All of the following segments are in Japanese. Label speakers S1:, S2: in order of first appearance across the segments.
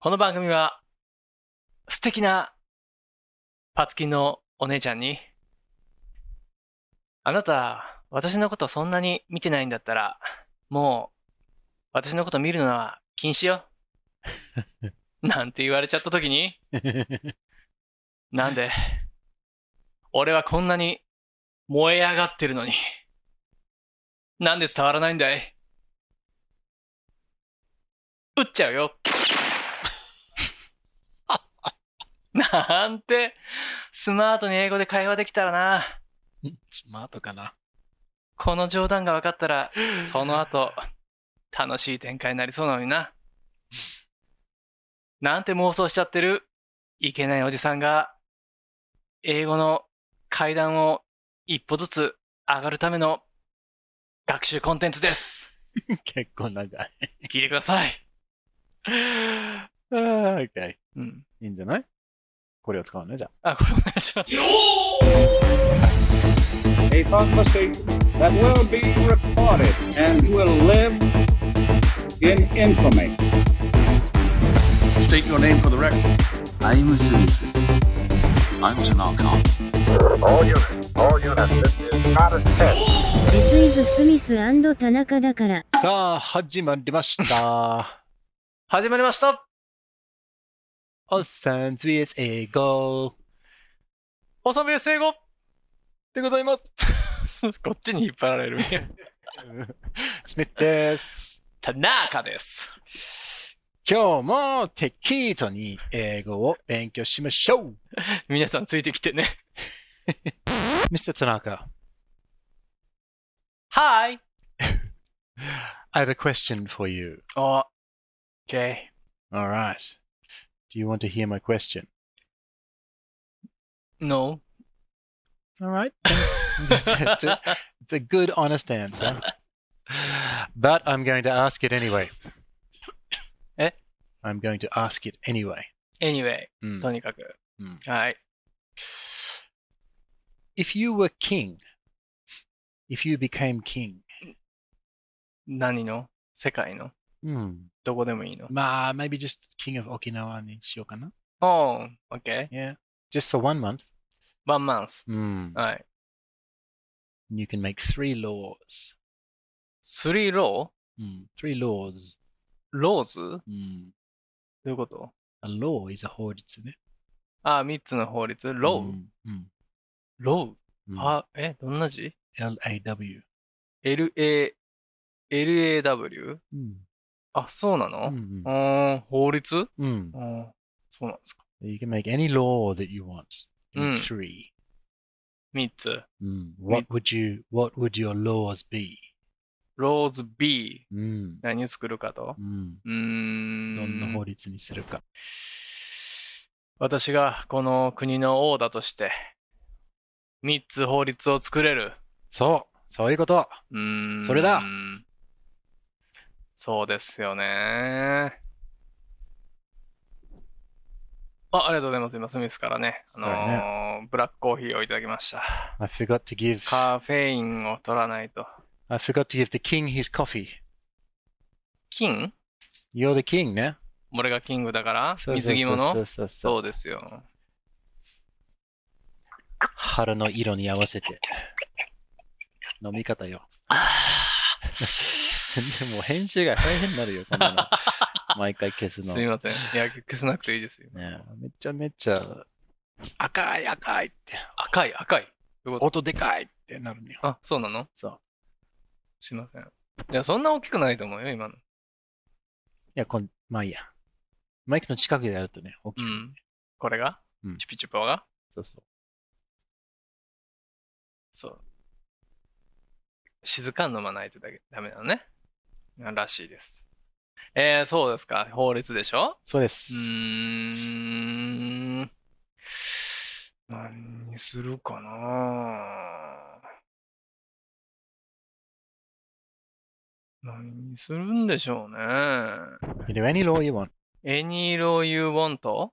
S1: この番組は、素敵なパツキンのお姉ちゃんに、あなた、私のことそんなに見てないんだったら、もう、私のこと見るのは禁止よ。なんて言われちゃった時に、なんで、俺はこんなに燃え上がってるのに、なんで伝わらないんだい撃っちゃうよ。なんて、スマートに英語で会話できたらな。
S2: スマートかな。
S1: この冗談が分かったら、その後、楽しい展開になりそうなのにな。なんて妄想しちゃってる、いけないおじさんが、英語の階段を一歩ずつ上がるための学習コンテンツです。
S2: 結構長い。
S1: 聞いてください。
S2: あー OK。
S1: うん。
S2: いいんじゃないこれを使うね、じゃ
S1: あ、これお願いします。
S3: a prophecy that will be recorded and will live in infamy. State your name for the record.
S4: I'm Smith. I'm Tanaka.
S5: All units, all units. This is not a test.
S6: ジスイズ・スミス田中だから。
S2: あ。さあ、始まりま した。
S1: 始まりました。
S2: おっさんずえす英語。
S1: おさめ英語。
S2: でございます。
S1: こっちに引っ張られる。
S2: スミッです。
S1: 田中です。
S2: 今日も適当に英語を勉強しましょう。
S1: 皆さんついてきてね。
S2: Mr. Tanaka,
S1: Hi!
S2: I have a question for you.
S1: Oh, okay.
S2: All right. Do you want to hear my question?
S1: No.
S2: All right. it's, a, it's a good, honest answer. But I'm going to ask it anyway.
S1: Eh?
S2: I'm going to ask it anyway.
S1: Anyway,
S2: うん
S1: とにかく。
S2: うん
S1: はい。
S2: If you were king, if you became king,
S1: 何の世界の
S2: hmm.
S1: どこでもいいの
S2: Ma, maybe just king of Okinawa ni shiokana.
S1: Oh, okay.
S2: Yeah. Just for one month.
S1: One month.
S2: Hmm.
S1: はい。
S2: And you can make three laws.
S1: Three row?
S2: Hmm. Three laws.
S1: Laws? ど
S2: Hmm.
S1: ういうこと
S2: A law is a horitsu.
S1: あ、三つの法律。ロ
S2: Mm.
S1: ウロ
S2: Mm.
S1: ウあ、え、どんな字
S2: L-A-W.
S1: ?LA、LAW?
S2: Mm.
S1: あ、そうなのう
S2: Mm.
S1: ーん、法律
S2: Mm.
S1: うーん、そうなんですか。
S2: You can make any law that you want. You need
S1: Mm.
S2: Three.
S1: 三つ。
S2: Mm. What would you? What would your laws be?
S1: ローズ B。
S2: Mm.
S1: 何作るかと
S2: Mm.
S1: うーん。
S2: どんな法律にするか。
S1: 私がこの国の王だとして、三つ法律を作れる。
S2: そう、そういうこと。
S1: うーん。
S2: それだ
S1: そうですよね。あ、ありがとうございます。今、スミスからね、あ
S2: そう
S1: の
S2: だね
S1: ーブラックコーヒーをいただきました。
S2: I forgot to give.
S1: カフェインを取らないと。
S2: I forgot to give the king his coffee.
S1: 金
S2: You're the king, ね。
S1: 俺がキングだから水着物そうですよ。
S2: そうそうそうそうそう。腹の色に合わせて飲み方よ。でも編集が大変になるよ、こんなの。毎回消すの。
S1: すいません。いや、消さなくていいですよ。
S2: ねえめちゃめちゃ赤い赤いって
S1: 赤い、赤い。
S2: 音でかいってなるのよ。
S1: あ、そうなの
S2: そう。
S1: すいません。いや、そんな大きくないと思うよ、今の。
S2: いや、こんまあいいや。マイクの近くでやるとね、大き
S1: う
S2: い。
S1: ん。これが、
S2: うん
S1: チュピチュパが
S2: そうそう。
S1: そう。静かに飲まないとだけダメなのね。らしいです。えー、そうですか。法律でしょ
S2: そうで
S1: う
S2: す。
S1: ーん。何にするかな何にするんでしょうね。
S2: You can do any law you want.
S1: エニーローユーボント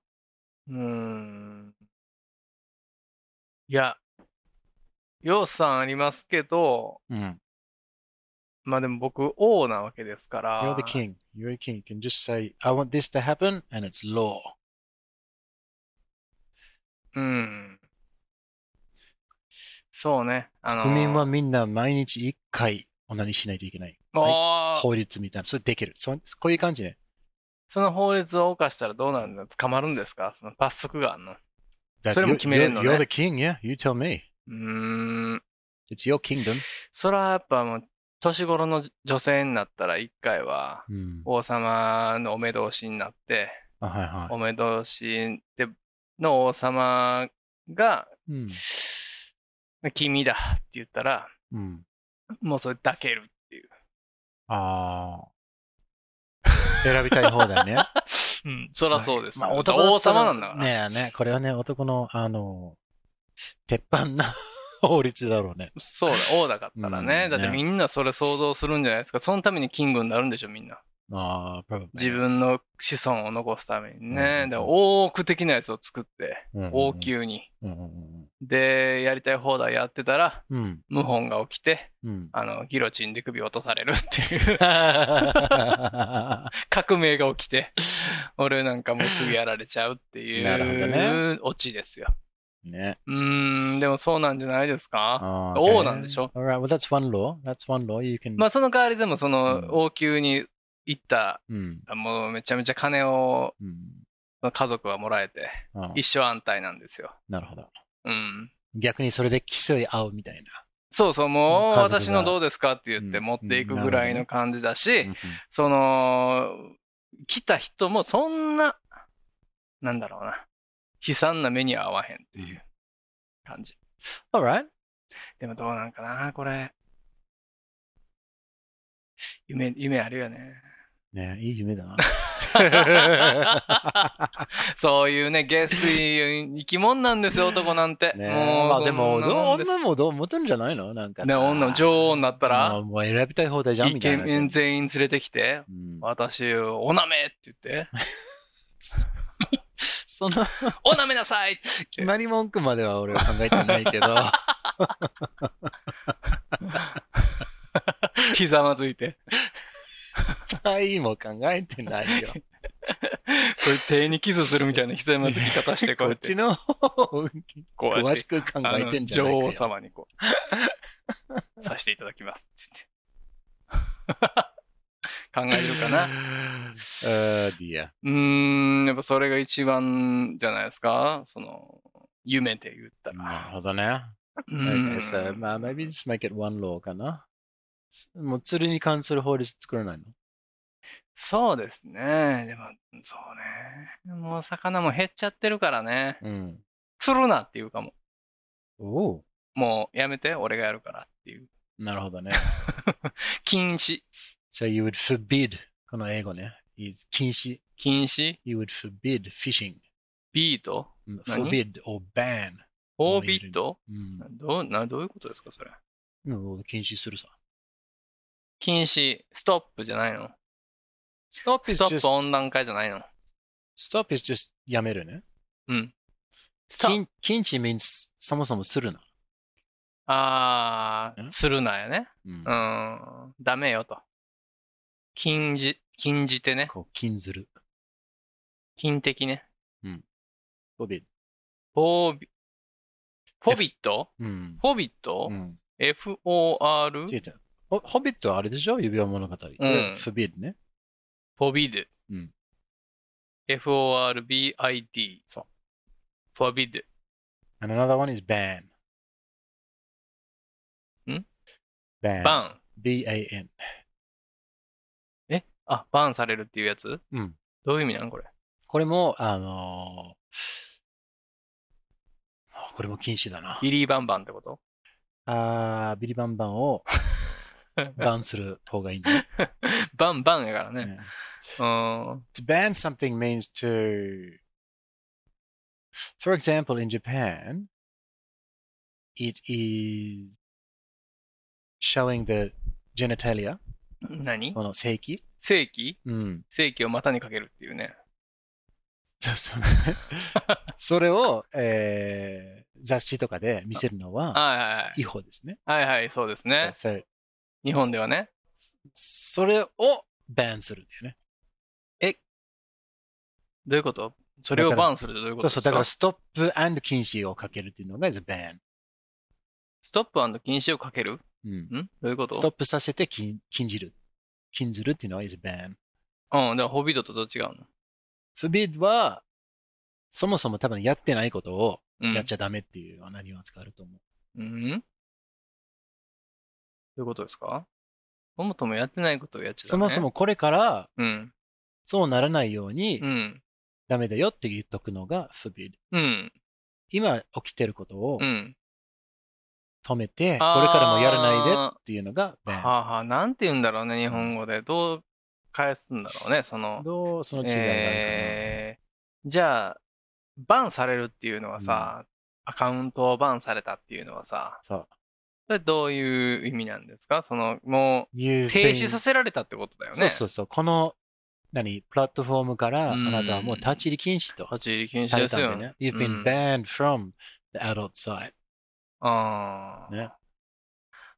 S1: うーん。いや、予算ありますけど、
S2: うん。
S1: まあでも僕、王なわけですから
S2: You're the king. You're a king. You can just say, I want this to happen, and it's law.
S1: うん。そうね。あのー
S2: 国民はみんな毎日一回、女にしないといけない。
S1: あー
S2: 法律みたいな。それできる。そこういう感じね。
S1: その法律を犯したらどうなるんだ捕まるんですかその罰則があるの。
S2: That-
S1: それも
S2: you're-
S1: 決めれんのね
S2: you're, you're the king, yeah. You tell me.
S1: うーん。
S2: It's your kingdom.
S1: それはやっぱもう、年頃の女性になったら一回は、
S2: うん。
S1: 王様のお目通しになって、
S2: あはいは
S1: お目通しでの王様が、
S2: い。うん。
S1: 君だって言ったら、
S2: うん。
S1: もうそれ抱ける。
S2: ああ。選びたい方だよね。
S1: うん、そらそうです。
S2: まあ、
S1: だって
S2: 男だ
S1: 王
S2: ったら
S1: 様なんだから。
S2: ねえねえこれはね、男の、あの、鉄板な 法律だろうね。
S1: そうだ、王だかったらね。
S2: うん
S1: だって
S2: ね
S1: みんなそれ想像するんじゃないですか。そのためにキングになるんでしょ、みんな。
S2: ああ、プロ
S1: 自分の子孫を残すために
S2: う
S1: ね。
S2: ん
S1: だから大奥的なやつを作って、
S2: 分
S1: 王。宮に。
S2: うんうん
S1: で、やりたい放題やってたら、
S2: うんうん。
S1: 謀反が起きて、
S2: うん。うん。
S1: あの、ギロチンで首を落とされるっていう
S2: な
S1: 革命が起きて、 俺なんかもうすぐやられちゃうって
S2: なるほどね
S1: いうオチですよ。
S2: ね。
S1: うーん、でもそうなんじゃないですか
S2: あー
S1: 王なんでしょ
S2: okay. Alright, well that's one law. That's one law you can.
S1: まあその代わりでもそ
S2: うん
S1: の王宮に行った、
S2: うん。
S1: もうめちゃめちゃ金を
S2: うん。
S1: 家族がもらえて、
S2: あー
S1: 一生安泰なんですよ。
S2: なるほど。
S1: うん。
S2: 逆にそれで競い合うみたいな。
S1: そうそう、もう
S2: 家族が
S1: 私のどうですかって言って
S2: うん
S1: 持っていくぐらいの感じだし、
S2: うんうん
S1: その、来た人もそんな、なんだろうな、悲惨な目には遭わへんっていう感じ。
S2: Alright.
S1: でもどうなんかな、これ。夢、夢あるよね。
S2: ねいい 夢だな。
S1: そういうね、下水生き物なんですよ、男なんて。
S2: ね
S1: もう、
S2: まあでも、
S1: こんな
S2: ど
S1: もん
S2: う
S1: です
S2: 女もどう思ってるんじゃないのなんかさ。
S1: ね、女も女王になった
S2: も
S1: ら
S2: う、もう選びたい放題じゃん
S1: イ
S2: みた
S1: ケ
S2: いな。
S1: メン全員連れてきて、
S2: うん
S1: 私、おなめって言って、
S2: その
S1: おなめなさいって
S2: 決まり文句までは俺は考えてないけど、
S1: ひざまずいて、
S2: 愛も考えてないよ。
S1: これ手にキスするみたいなひざまずき方して、こう
S2: こ
S1: や
S2: っ
S1: っ
S2: ち
S1: て、
S2: の方を
S1: こうやっ、
S2: 詳してく考
S1: あ
S2: え
S1: の
S2: てんじゃない
S1: 女
S2: か
S1: 王
S2: よ。
S1: 様にこう、させていただきますって言って。考えるかな。
S2: あーディア。
S1: うーん、やっぱそれが一番じゃないですか、その、夢で言った
S2: なる
S1: ら。
S2: ほどね。
S1: う
S2: Okay,
S1: ん
S2: so, まあ、maybe just make it one law かな。つもう釣りに関する法律作らないの
S1: そうですね。でも、そうね。もう魚も減っちゃってるからね。
S2: うん。
S1: 釣るなっていうかも。
S2: おお。
S1: もうやめて、俺がやるからっていう。
S2: なるほどね。
S1: 禁止。
S2: so you would forbid この英語ね。is 禁止。
S1: 禁止
S2: You would forbid fishing.
S1: ビート
S2: うん
S1: 何
S2: forbid or ban.
S1: オービット
S2: うん。
S1: どうなどういうことですか、それ。
S2: うん禁止するさ。
S1: 禁止。ストップじゃないの
S2: stop
S1: ス
S2: is
S1: トッ
S2: just
S1: プ温暖化じゃないの
S2: stop is just やめるね。
S1: うん。ストップ。
S2: 禁禁止 means そもそもするな。
S1: あー、
S2: ん
S1: するなよね。
S2: う
S1: う。
S2: ん
S1: ーん。ダメよと。禁じ、禁じてね。
S2: こう禁ずる。
S1: 禁的ね。
S2: forbid。
S1: フォービ、フォビット
S2: うん。
S1: フォビット、
S2: うん。
S1: ?F-O-R?
S2: 違う違う。ホホビットはあれでしょ指輪物語。
S1: ん
S2: forbid ね。
S1: フォビッド。
S2: うん
S1: F-O-R-B-I-D。
S2: そう。
S1: フォビッ
S2: And another one is ban.
S1: ん
S2: ?ban.
S1: ド。バン。
S2: B-A-N.
S1: あ、バンされるっていうやつ
S2: うん。
S1: どういう意味なのこれ。
S2: これも、あのーこれも禁止だな。
S1: ビリーバンバンってこと
S2: あービリバンバンをバンする方がいいんじゃない
S1: バンバンやからね。
S2: ね
S1: うーん。
S2: To ban something means to. For example, in Japan, it is showing the genitalia,
S1: 何
S2: この性器。
S1: 正規
S2: うん。
S1: 正規を股にかけるっていうね。
S2: そうそうそ れを、えー雑誌とかで見せるのは
S1: はいはいはい。
S2: 違法ですね。
S1: はいはい、そうですね。
S2: そう
S1: 日本ではね。
S2: それをバンするんだよね。
S1: どういうことそれを
S2: だから
S1: バンするってどういうこ
S2: そ
S1: と
S2: う
S1: ですか
S2: そう、だからストップ禁止をかけるっていうのが is a ban。
S1: ストップ禁止をかける
S2: うん。
S1: んどういうこと
S2: ストップさせて禁禁じる。禁ずるっていうのは is a ban。
S1: うん、でも、ホビードとどう違うの
S2: forbid は、そもそも多分やってないことを
S1: うん。
S2: やっちゃダメっていうようなニュアンスがあると思う。
S1: うんどういうことですかそもそもやってないことをやっちゃ
S2: そもそ。もこれから
S1: うん。
S2: そうならないように
S1: うん。
S2: ダメだよって言っとくのが forbid。
S1: うん。
S2: 今起きてることを
S1: うん。
S2: 止めて、こ
S1: あー
S2: れからもやらないでっていうのが
S1: は
S2: ban。
S1: あはあ、なんて言うんだろうね、日本語で。どう返すんだろうね、その。
S2: どうその違いがあるかな、
S1: えーじゃあ、バンされるっていうのはさ、アカウントをバンされたっていうのはさ、
S2: そう。
S1: それどういう意味なんですかその、もう、停止さ
S2: せ
S1: せられたってことだよね。
S2: そうそうそう。この、何、プラットフォームからあ
S1: うん
S2: なたはもう立ち入り禁止と
S1: 立ち入り禁
S2: さ
S1: 止
S2: れ
S1: です
S2: たんだ
S1: よ
S2: よ
S1: ね
S2: ね。。You've
S1: う
S2: been
S1: ん
S2: banned from the adult side.
S1: ああ、
S2: ね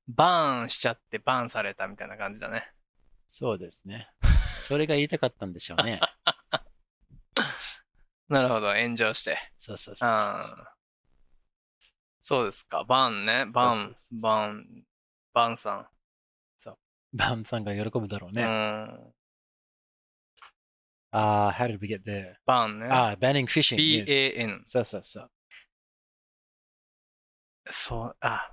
S1: バーンしちゃってバーンされたみたいな感じだね。
S2: そうですね。それが言いたかったんでしょうね。
S1: なるほど、炎上して。
S2: そうそうそう
S1: あ
S2: そう。
S1: ーそうですか、バーンね、バーン
S2: そうそうそう、
S1: バーン、バーンさ。
S2: バンさんが喜ぶだろうん
S1: う
S2: ね。
S1: ん、
S2: ああ、how did we get there?
S1: バーンね。
S2: ああ、banning fishing. yes.
S1: BAN。
S2: そうそうそう。
S1: そう、あ、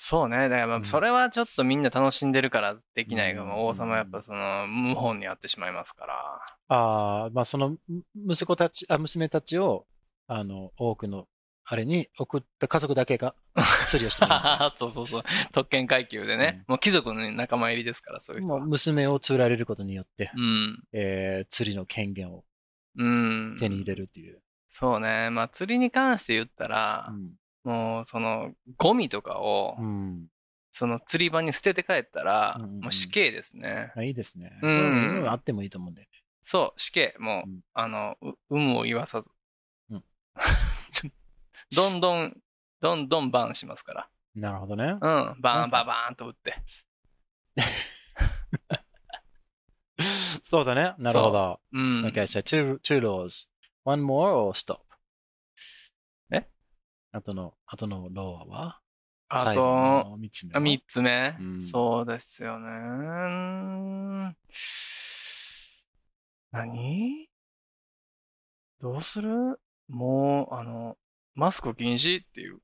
S1: そうね。だからま
S2: う
S1: あ、
S2: ん
S1: それはちょっとみんな楽しんでるからできないが、
S2: うん
S1: まあ王様はやっぱその、無本にあってしまいますから。
S2: ああ、まあそのむ息子たち、あ娘たちを、あの、多くの、あれに送った家族 だけが釣りをしてもらう
S1: そうそうそう。特権階級でね。もう貴族の仲間入りですから、そういう人
S2: も
S1: は。
S2: う娘を釣られることによって、
S1: うん。
S2: えー釣りの権限を
S1: うん。
S2: 手に入れるっていう。
S1: そうね。まあ、釣りに関して言ったら、もう、その、ゴミとかを、
S2: うん。
S1: その釣り場に捨てて帰ったら、
S2: うんうんうん
S1: もう死刑ですね。
S2: あいいですね。
S1: うん
S2: こいのがあってもいいと思うんだよね。
S1: そう、死刑。もう、
S2: うん
S1: あの、う有無を言わさず。
S2: うん
S1: どんどん、どんどんバーンしますか
S2: なるほどね。
S1: ら。うん。バ
S2: な
S1: ー
S2: ん
S1: ン、
S2: か
S1: ババーンと打って。
S2: そうだね。なるほど。
S1: うん。
S2: Okay, so two, two laws. One more or stop?
S1: え
S2: あとの、あとのローは
S1: あ
S2: 最後
S1: と、
S2: の三つ目は。
S1: あ三つ目、
S2: うん
S1: そうですよね。何どうするもう、あの、マスク禁止っていう。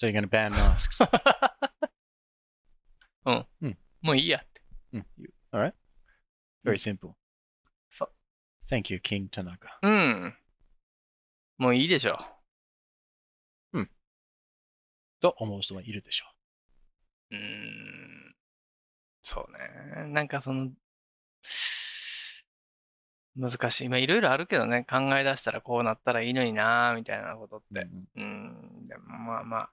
S2: So you're gonna ban masks.
S1: もういいやって。
S2: Hmm. Very simple.
S1: そう。
S2: Thank you, King Tanaka.
S1: うん。もういいでしょ
S2: と思う人もいるでしょ
S1: う。うん。そうね。なんかその、難しい。今いろいろあるけどね、考え出したらこうなったらいいのになーみたいなことっ
S2: う。
S1: て。うん、でもまあまあ、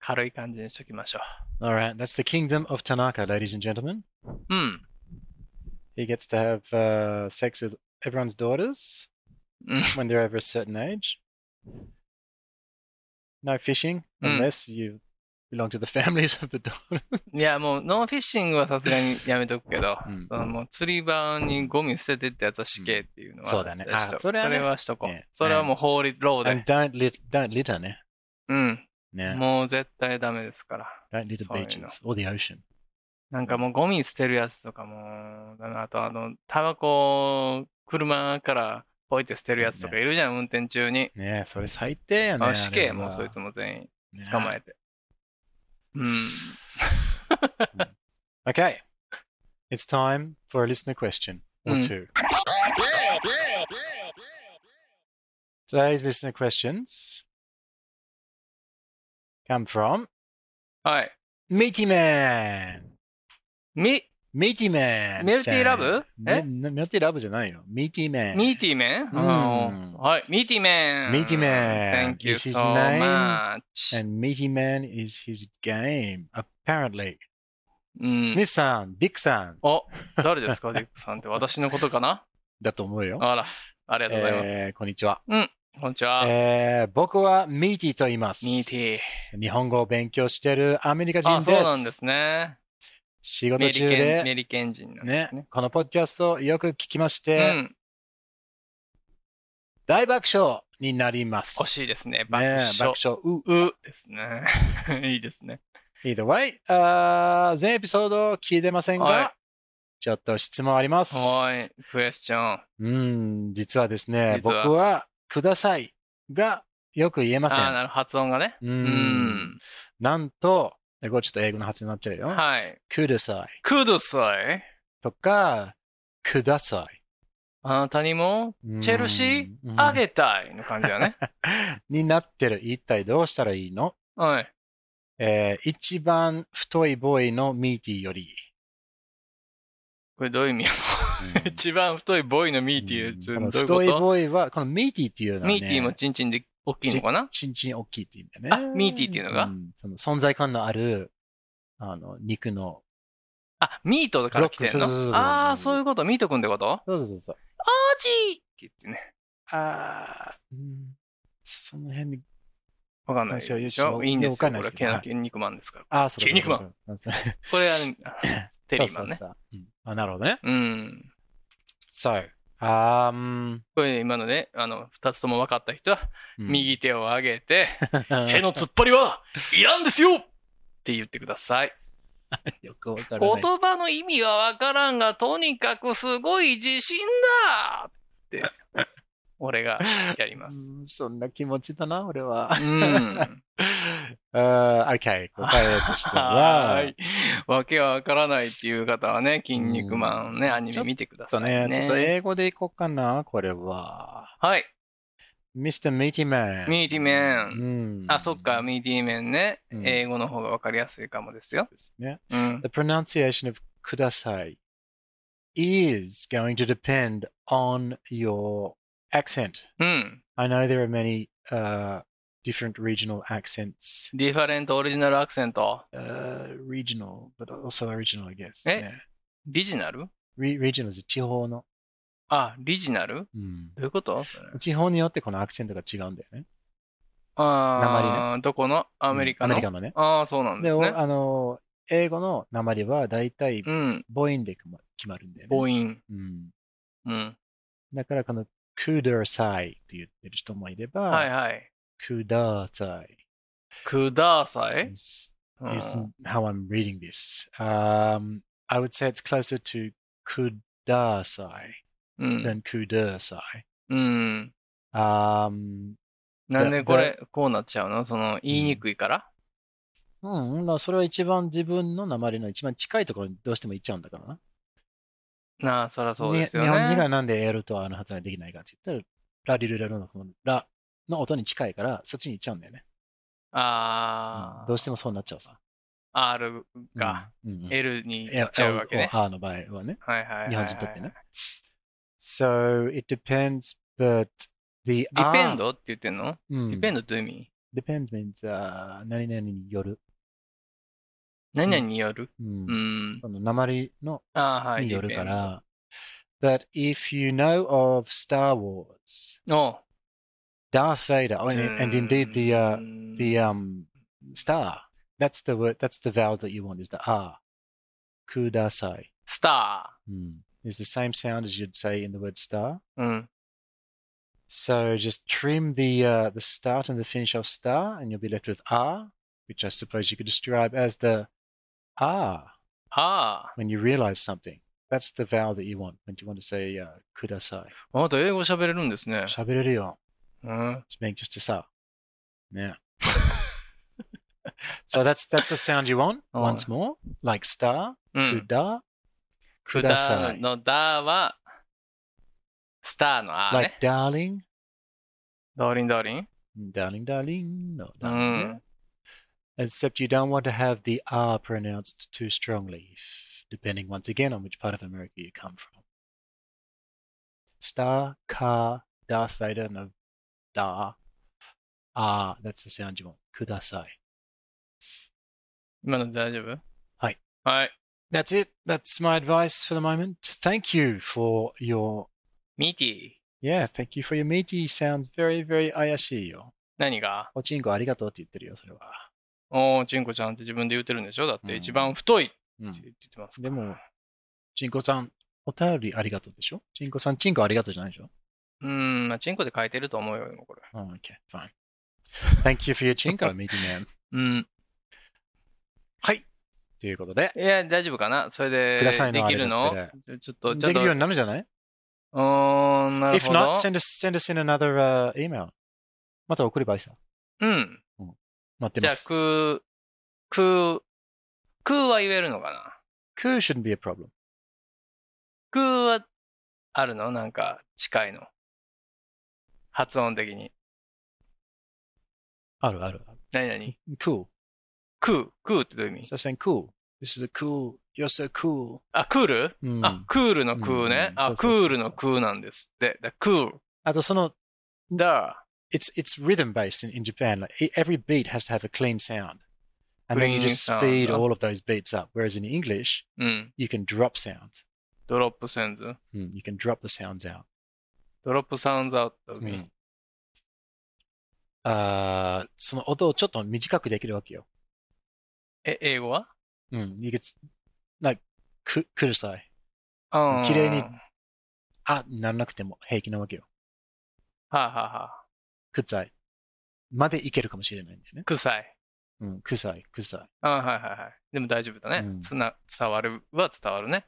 S1: 軽い感じにしときましょ
S2: Alright, that's the kingdom of Tanaka, ladies and gentlemen.
S1: う。うん。
S2: He gets to have uh, sex with everyone's daughters
S1: Mm.
S2: when they're over a certain age. No fishing
S1: Mm.
S2: unless you belong to the families of the daughters.
S1: いや、もう、ノンフィッシングはさすがにやめとくけ ど、
S2: うん
S1: そのもう釣り場にゴミ捨ててってやつは死刑っていうのは、
S2: そうだね
S1: しと
S2: あそれはね
S1: それはしとこう。
S2: ね
S1: それはもう法律、ロー
S2: and
S1: で。
S2: don't lit, don't litter, ne?
S1: うん。
S2: Nah,
S1: もう絶対ダメですから。
S2: don't litter
S1: Mm. Sorry,
S2: beaches or the ocean.
S1: なんかもうゴミ捨てるやつとかも、だなあとあの、タバコを車からポイって捨てるやつとかいるじゃん、運転中に。
S2: ねえ、それ最低やね。
S1: あ死刑もう
S2: う
S1: そいつも全員
S2: ね
S1: 捕まえて。うん。
S2: Okay. It's time for a listener question or
S1: うん
S2: two. Today's listener questions come from
S1: はい。
S2: Meaty Man.
S1: み、
S2: Meaty Man.
S1: メルティーラブえ
S2: えメルティーラブじゃないよ。Meaty Man.
S1: ミーティーメン、あのはい、ミーティーメン。
S2: ミーティーメン
S1: Thank you
S2: This is
S1: so
S2: name
S1: much.
S2: And Meaty Man is his game, apparently.
S1: うん、
S2: スミスさん、ビックさん
S1: お、誰ですか、ディップさんって。私のことかな
S2: だと思うよ。
S1: あら、ありがとうございます。
S2: えーこんにちは。
S1: こんにちは。
S2: えー僕はミーティーと言います。
S1: ミーテ
S2: ィー。日本語を勉強しているアメリカ人
S1: あ、
S2: です。
S1: そうなんですね。
S2: 仕
S1: メ
S2: 事
S1: リ
S2: 中
S1: ケン、メ
S2: で、
S1: リケン人なんです
S2: ね
S1: ね。、
S2: このポッドキャストをよく聞きまし
S1: う
S2: て、
S1: ん。
S2: 大爆笑になります。
S1: 惜しいですね。爆
S2: ね
S1: 笑。
S2: 爆笑。う
S1: うですね。 いいですね。
S2: Either way, あー全エピソードを聞いてませんが、
S1: は
S2: ちょっと質問あります。
S1: はい。クエスチョン。
S2: うん、実はですね、
S1: 実は
S2: 僕は、くださいがよく言えませ
S1: ああ、
S2: ん。
S1: なるほど発音がね。う
S2: う
S1: んん。
S2: なんと、えこれちょっと英語の発音になっちゃうよ。
S1: はい。
S2: ください
S1: ください。
S2: とか、くださ
S1: あなたにも
S2: い。
S1: チェルシ
S2: ー
S1: あげたいの感じだ ね。
S2: になってる。一体どうしたらいいの
S1: はい。
S2: えー一番太いボーイのミーティーより。
S1: これどういう意味一番太いボーイのミーティーって
S2: こ
S1: どう
S2: の
S1: いう
S2: 太い
S1: こ
S2: ボーイは、このミーティーっていうの
S1: と
S2: は、ね、
S1: ミーティーもチンチンで大きいのかな
S2: ちんちん大きいって言うんだ
S1: あ、
S2: よね。
S1: ミーティーっていうの
S2: う
S1: が
S2: んその存在感のある、あの、肉の。
S1: あ、ミートだから来てん
S2: ロックそうそうそう
S1: の
S2: そう
S1: ああ、そういうこと。ミートくんってことマ
S2: そうそうそう。
S1: ジって言ってね。
S2: あうんその辺に、
S1: わかんない
S2: そう
S1: で
S2: です
S1: し
S2: よ
S1: ょいいんです
S2: わか
S1: よ。こ
S2: んない
S1: れ
S2: で
S1: は
S2: す
S1: 筋
S2: けど
S1: 筋肉マンですから。
S2: ああ、そうか
S1: 筋肉マン
S2: そうかそうか
S1: これはね、あテリーマンね。
S2: そうそうそううんあなるほどね。
S1: うん。
S2: So, um,
S1: これ今のね、あの、二つとも分かった人は、
S2: うん
S1: 右手を上げて、への突っ張りはいらんですよって言ってください。
S2: よくわからない。
S1: 言葉の意味はわからんが、とにかくすごい自信だって、俺がやります。
S2: うんそんな気持ちだな、俺 は。
S1: うん。
S2: あー OK、答えとして
S1: は
S2: は。
S1: い。わけわからないっていう方はね、筋肉マンね、アニメ見てくだ
S2: ちょ
S1: さ
S2: っ
S1: いね。
S2: とね、ちょっと英語でいこうかな、これは。
S1: はい。
S2: Mr. Meaty Man。
S1: ミーティメン。
S2: うん
S1: あ、そっか、。ミーティメンね。
S2: うん
S1: 英語の方がわかりやすいかもですよ。
S2: ですね。
S1: うん。
S2: The pronunciation of kudasai is going to depend on your accent.
S1: うん。
S2: I know there are many uh, different regional accents.
S1: ディファレントオリジナルアクセント。
S2: Uh, regional, but also original, I guess.
S1: え
S2: ね
S1: リジナル
S2: Re- regional って地方の、
S1: あ、リジナルどういうこと
S2: 地方によってこのアクセントが違うんだよね。
S1: ああ、どこのアメリカ
S2: ア
S1: の
S2: メリカのね。
S1: ああ、そうなんで
S2: で、
S1: す
S2: お
S1: ね。
S2: あの、英語の鉛は大体
S1: うん。
S2: 母音で決ま決まるんだよね。
S1: 母音。
S2: うん
S1: うん。
S2: だからこのくださいって言ってる人もいれば、
S1: はいはい。
S2: ください。
S1: ください。
S2: Is,
S1: うん
S2: is how I'm reading this. Um, I would say it's closer to ください
S1: うん
S2: than ください。
S1: うん。
S2: Um,
S1: なんで
S2: だ
S1: これ、こうなっちゃうのその、言いにくいから
S2: うん、まあそれは一番自分の鉛の一番近いところにどうしても行っちゃうんだからな。
S1: なあ、そらそうですよ
S2: に日本人
S1: ね。
S2: がなんでエルとあの発音できないかって言ったら、ラリルラルのこのラの音に近いから、そっちに行っちゃうんだよね。
S1: あ
S2: うん
S1: あ、
S2: どうしてもそうなっちゃうさ。
S1: R が
S2: うん、うんうん
S1: L に行っちゃうわけね。
S2: L の場合はね。
S1: はいはいはいはい。
S2: 日本人だってね。So, it depends, but the
S1: depend って言ってんの
S2: depend
S1: ?depend という意味
S2: depend means、uh, 何々による。
S1: 何々によるう
S2: う。
S1: んん。
S2: この鉛の
S1: ああ、はい。
S2: によるか
S1: depend。
S2: ら。But if you know of Star Wars,
S1: お
S2: Darth Vader, oh, and, and indeed the, uh,
S1: うん
S2: the um, star, that's the word, that's the vowel that you want is the R. ください。
S1: スタ
S2: Is Hmm. the same sound as you'd say in the word star.
S1: ー。うん。
S2: So just trim the uh, the start and the finish of star, and you'll be left with R, which I suppose you could describe as the R
S1: ああ。
S2: when you realize something. That's the vowel that you want when you want to say uh, kudasai.
S1: あなた英語喋れるんですね。
S2: 喋れるよ。
S1: うん。
S2: 勉強してさ。ね。so that's that's the sound you want once more, like star,
S1: うん。
S2: kuda,
S1: くださ
S2: kudasai.
S1: いのだは、スターのあ
S2: Like
S1: ね。
S2: darling,
S1: ダーリンダーリン
S2: darling, darling, no,
S1: う
S2: darling. yeah?
S1: ん。
S2: except you don't want to have the R pronounced too strongly, f- depending once again on which part of America you come from. Star, car, Darth Vader, no, da, ah, that's the sound you want. Kudasai.
S1: 今ので大丈夫
S2: はい。
S1: はい。
S2: That's it. That's my advice for the moment. Thank you for your,
S1: ミーティー。
S2: yeah, thank you for your meaty. Sounds very, very ayashi よ。
S1: 何が
S2: おちんこありがとうって言ってるよ、それは。
S1: おー、チンコちゃんって自分で言ってるんでしょだっ
S2: う
S1: て
S2: ん
S1: 一番太い
S2: うん
S1: って言ってますか
S2: でも、チンコさん、お便りありがとうでしょチンコさん、チンコありがとうじゃないでしょ
S1: うん、まあ、チンコで書いてると思うよ、でもこれ。
S2: Oh, okay, fine. Thank you for your chinko, meaty man.
S1: うん。
S2: はい。ということで、
S1: いや、大丈夫かなそれで、
S2: くださいの
S1: できる
S2: あ
S1: の
S2: れだっ
S1: ちょっと、ちょっ
S2: でき
S1: と、
S2: るよう
S1: う
S2: になるんじゃない
S1: ーん、なる
S2: ?If
S1: ほ
S2: not,
S1: ど。
S2: send us, send us in another、uh, email. また送ればいいさ。
S1: うん。
S2: 待って
S1: じゃ
S2: ま
S1: あ、
S2: す。
S1: く、く、くは言えるのかな
S2: く shouldn't be a problem.
S1: くは、あるのなんか、近いの。発音的に。
S2: あるある。
S1: 何々
S2: Cool.
S1: く、くってどういう意味
S2: So saying cool. This is a cool. You're so cool. Hmm。
S1: あ、クール
S2: うん
S1: あ、クールのクーね。
S2: うんそ
S1: あ、
S2: う
S1: ク
S2: そうそうそう
S1: ールのクーなんですって。だクール。
S2: あとその、
S1: だ。
S2: it's it's rhythm based in, in Japan. Like e- every beat has to have a clean sound, and then you
S1: Clean
S2: just
S1: sound,
S2: speed
S1: huh?
S2: all of those beats up. Whereas in English,
S1: うん。
S2: you can drop sounds.
S1: ドロップセンズ。
S2: Mm, You can drop the sounds out.
S1: ドロップサウンズアウト。
S2: Mm. Uh, その音をちょっと短くできるわけよ。
S1: え、英語は
S2: うん、you could s- like くくるさい。
S1: うん
S2: 綺麗にあ、なんなくても平気なわけよ。
S1: はあ、はあはあ、
S2: くさい。までいけるかもしれないんだよね。
S1: 臭い。
S2: うん、くさい、くさ
S1: あはいはいはい。でも大丈夫だね。
S2: うん
S1: つな伝わるは伝わるね。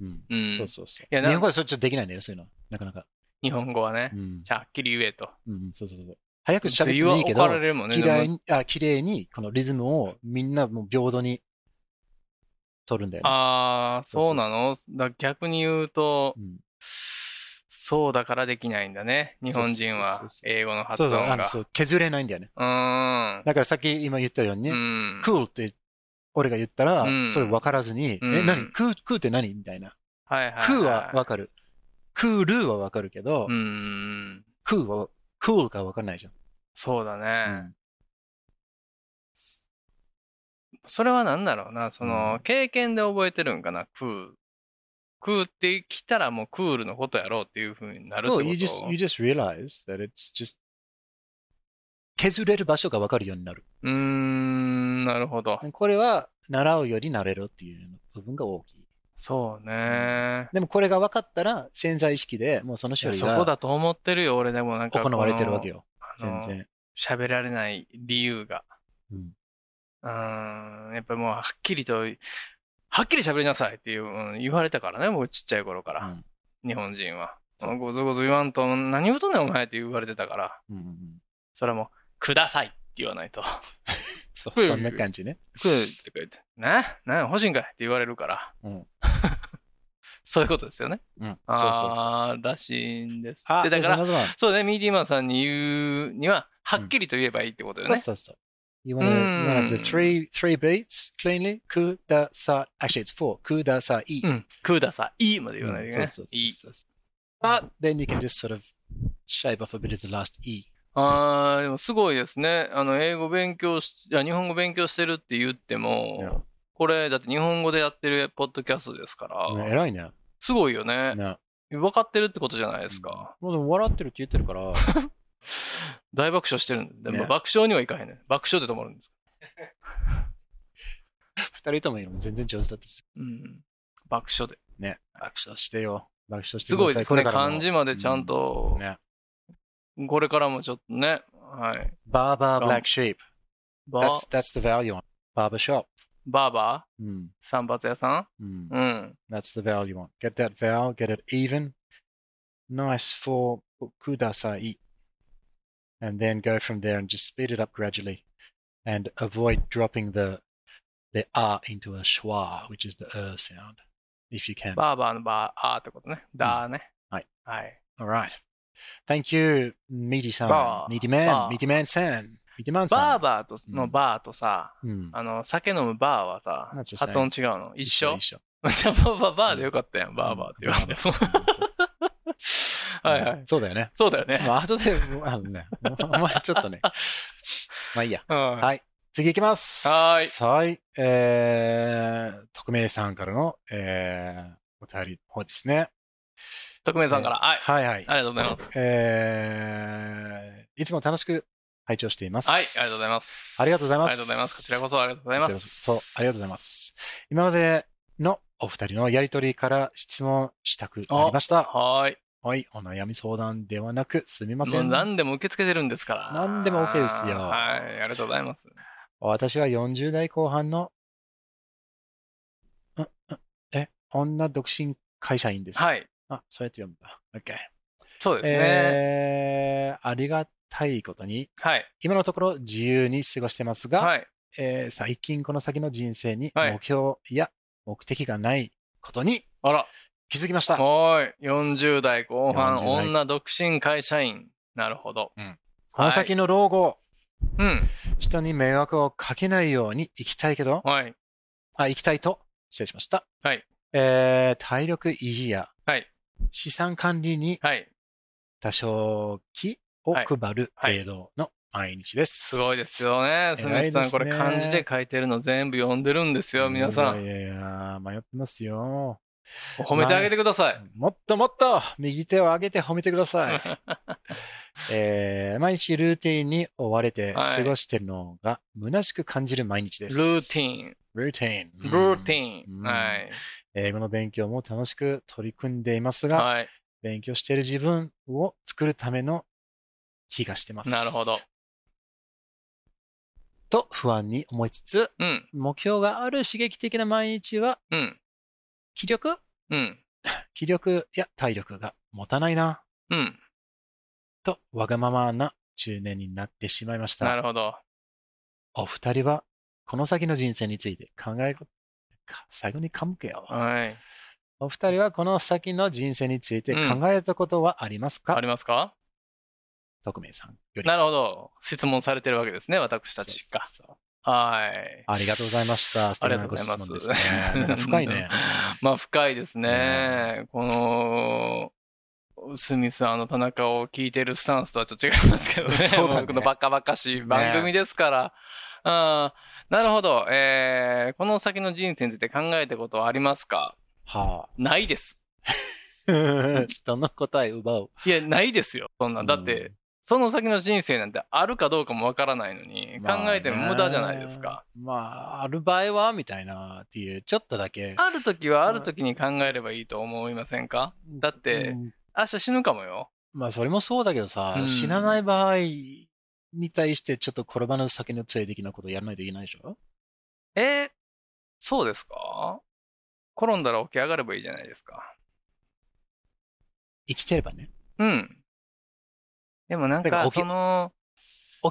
S2: い。うん。
S1: うん
S2: そうそうそう。
S1: いやな
S2: 日本語はそれちょっとできないんだよね、そういうの。なかなか。
S1: 日本語はね
S2: う。ん。
S1: じゃあはっきり言えと。
S2: うん、そうそうそう。早く喋って
S1: 言
S2: も
S1: はい
S2: いけ
S1: 怒
S2: ど
S1: ら、れるもんね。
S2: 綺麗
S1: でも
S2: に、あ、綺麗に、このリズムをみんなもう平等に取るんだよね。
S1: ああ、
S2: そう
S1: そ
S2: そううそう
S1: なのだ逆に言うと
S2: う、ん
S1: そうだからできないんだね。日本人は
S2: そうそうそうそう
S1: 英語の発
S2: そう
S1: 音
S2: そう、あ
S1: が。
S2: の、そう、削れないんだよね。
S1: うーん。
S2: だからさっき今言ったように
S1: う
S2: ね、
S1: ん。
S2: クールって俺が言ったら
S1: うん、
S2: それ分からずに、
S1: うん
S2: え、何クー、クーって何みたいな。
S1: はいはいはい。
S2: クーは分かる。クールーは分かるけど
S1: う、ーん。
S2: クーは、クールか分かんないじ
S1: そうだね。
S2: ゃん。
S1: それは何だろうな、その、
S2: うん
S1: 経験で覚えてるんかな、クール。クールって来たらもうクールのことやろうっていうふうになるってこ
S2: So
S1: と
S2: you just, you just realize that it's just 削れる場所が分かるようになる。
S1: うーん、なるほど。
S2: これは習うより慣れろっていう部分が大きい。
S1: そうね。
S2: でもこれが分かったら潜在意識でもうその
S1: い
S2: 処
S1: や
S2: 理
S1: そこ
S2: が
S1: だと思ってるよ、俺でもなんかこ
S2: 行
S1: の。
S2: われてるわけよ。
S1: あの
S2: 全。然。
S1: 喋られない理由が。
S2: うん
S1: うーん、やっぱりもうはっきりと、はっきり喋りなさいっていう、うん言われたからね、僕ちっちゃい頃から、
S2: うん
S1: 日本人は。
S2: そう
S1: ごぞごぞ言わんと、何言うとんねんお前って言われてたから、
S2: うんうんうん
S1: それはもう、くださいって言わない と。
S2: そ
S1: うん
S2: うそんな感じね。
S1: くとか言って、な、な、欲しいんかいって言われるから。
S2: うん。
S1: そういうことですよね。
S2: うん。そうそう
S1: あ
S2: そ
S1: あ、
S2: う
S1: らしいんです。
S2: あ、
S1: で、だ
S2: there's
S1: から、
S2: another one.
S1: そうね、ミーディーマンさんに言うには、はっきりと言えばいいってことよ
S2: そう
S1: ね。
S2: そうそう。You
S1: うん
S2: wanna, you wanna have the three, three beats cleanly? くださ、actually it's four. ください。
S1: うん。くださいまで言わない
S2: うん
S1: で
S2: そう
S1: ね
S2: そう。
S1: いい。
S2: そうそう。But then you can just sort of shave off a bit as the last E.
S1: ああ、でもすごいですね。あの、英語勉強し、あ日本語勉強してるって言って
S2: うん
S1: も、これ、だって日本語でやってるポッドキャストですから、
S2: 偉いね。
S1: すごいよね。
S2: ね。
S1: 分かってるってことじゃないですか。
S2: もうでも笑ってるって言ってるから。
S1: 大爆笑してるんで、でも
S2: ね
S1: 爆笑にはいかへんね。爆笑で止まるんです。
S2: 二人とも全然上手だったし。
S1: うん。爆笑で。
S2: 爆笑してよ。爆笑して
S1: す
S2: くだ
S1: ご
S2: さ
S1: いですね。
S2: これからも
S1: 漢字までちゃんと、
S2: ね。
S1: これからもちょっとね、はい。
S2: バーバーブラックシープ。
S1: バ
S2: That's,
S1: ー
S2: that's the value on バーバーショップ。
S1: バーバー
S2: うん。
S1: 散髪屋さ
S2: う
S1: ん。
S2: ん
S1: うん。
S2: That's the value on. Get that vowel, get it even. Nice for kudasai. And then go from there and just speed it up gradually. And avoid dropping the the R into a schwa, which is the er sound, if you can.
S1: バーバーのバー、あーってことね。だーね。
S2: はい。
S1: はい。
S2: All right. Thank you, Meaty san.
S1: Ba.
S2: Meaty man.
S1: Ba.
S2: Meaty man san. Meaty
S1: バ
S2: man san.
S1: ーバーとのバーとさ、
S2: Mm.
S1: あの、酒飲むバーはさ、
S2: That's the
S1: 発音違うの。一緒
S2: Isho. Hmm.
S1: じゃあ、バーバーバーでよかったやん。バーバーって言われ ても。 はいはい。
S2: そうだよね。
S1: そうだよ ね。
S2: まあ、後で、あの ね、お前ちょっとね。まあいいや。
S1: うん
S2: はい次行きます。
S1: は
S2: ーい。はい。えー、匿名さんからの、えー、お便りの方ですね。
S1: 徳明さんから。はい。あ
S2: はいはい。
S1: りがとうございます。
S2: えー、いつも楽しく拝聴しています。
S1: はい、ありがとうございます。
S2: ありがとうございます
S1: ありがとうございます。こちらこそありがとうございま
S2: こちらこ
S1: す。
S2: そそう、ありがとうございます。今までのお二人のやりとりから質問したくなりました。
S1: はーい。
S2: はい、お悩み相談ではなく、すみませ。
S1: もうん何でも受け付けてるんですから。
S2: 何でも OK ですよ
S1: はい、ありがとうございます。
S2: 私は40代後半の、んんえ、女独身会社員です。
S1: は。い、
S2: あ、そうやって読むんだ。OK。
S1: そうですね。
S2: えー、ありがたいことに、
S1: はい、
S2: 今のところ自由に過ごしてますが、
S1: はい、
S2: えー最近この先の人生に
S1: はい
S2: 目標や目的がないことに
S1: あら、
S2: 気づきま した。
S1: はーい、40代後半、
S2: 40代
S1: 女独身会社員。なるほど。
S2: この先の老後、
S1: うん、
S2: 人に迷惑をかけないように生きたいけど、
S1: はい、
S2: あ、行きたいと、失礼しました。
S1: はい。
S2: えー体力維持や、
S1: はい
S2: 資産管理に
S1: はい、
S2: 多少気を
S1: はい
S2: 配る程度の毎日です。
S1: すごいですよね。すみ
S2: 偉い
S1: さ
S2: で
S1: ん、
S2: す
S1: こ
S2: ね
S1: れ漢字で書いてるの全部読んでるんですよ、皆さん
S2: い。やいやいや、迷ってますよ。
S1: 褒めてあげてください。
S2: もっともっと右手を上げて褒めてくださ い。えー毎日ルーティンに追われて
S1: はい
S2: 過ごしてるのが虚しく感じる毎日で
S1: ル
S2: す。
S1: ーテ
S2: ン。
S1: ィン、
S2: ルーティン。
S1: ルーテ
S2: ン。
S1: ィ
S2: う
S1: ン。
S2: ん
S1: はい、
S2: 英語の勉強も楽しく取り組んでいますが、
S1: はい、
S2: 勉強している自分を作るための気がしてます。
S1: なるほど。。
S2: と不安に思いつつ、
S1: うん、
S2: 目標がある刺激的な毎日は
S1: うん、
S2: 気力
S1: うん、
S2: 気力や体力が持たないな、
S1: うん。
S2: とわがままな中年になってしまいまし
S1: な
S2: た。
S1: るほど。
S2: お二人は、この先の人生について考えこ、か最後に噛むけよ。
S1: はい。
S2: お二人はこの先の人生について考えたことはあります
S1: あ
S2: か
S1: りますか
S2: 匿名さんより。
S1: なるほど。質問されてるわけですね、私たちが。
S2: そうそうそう
S1: はい。
S2: ありがとうございました。素
S1: ありが
S2: 敵な
S1: とう
S2: ご
S1: ござい
S2: 質
S1: ま
S2: 問
S1: す。
S2: ですね。なんか深いね。。
S1: まあ、深いですね。この、スミス、あの、田中を聞いてるスタンスとはちょっと違いますけどね。
S2: そうだね
S1: 僕のバカバカしい番組ですから。あーなるほど、えーこの先の人生について考えたことはありますか
S2: は
S1: ないです。
S2: あ。人の答え奪う。
S1: いや、ないですよ。そんな。
S2: うんん
S1: だって、その先の人生なんてあるかどうかもわからないのに、考えても無駄じゃないですか。。
S2: まあ、ある場合は、みたいなっていう、ちょっとだけ。
S1: ある時はある時に考えればいいと思いませんかだって
S2: うん
S1: 明日死ぬかもよ。
S2: まあ、それもそうだけどさ、
S1: うん
S2: 死なない場合に対して、ちょっと転ばぬ先の杖的なことやらないといけないでしょ
S1: えーそうですか転んだら起き上がればいいじゃないですか。
S2: 生きてればね。
S1: うん。でもなん
S2: だから
S1: か、
S2: 起き
S1: その、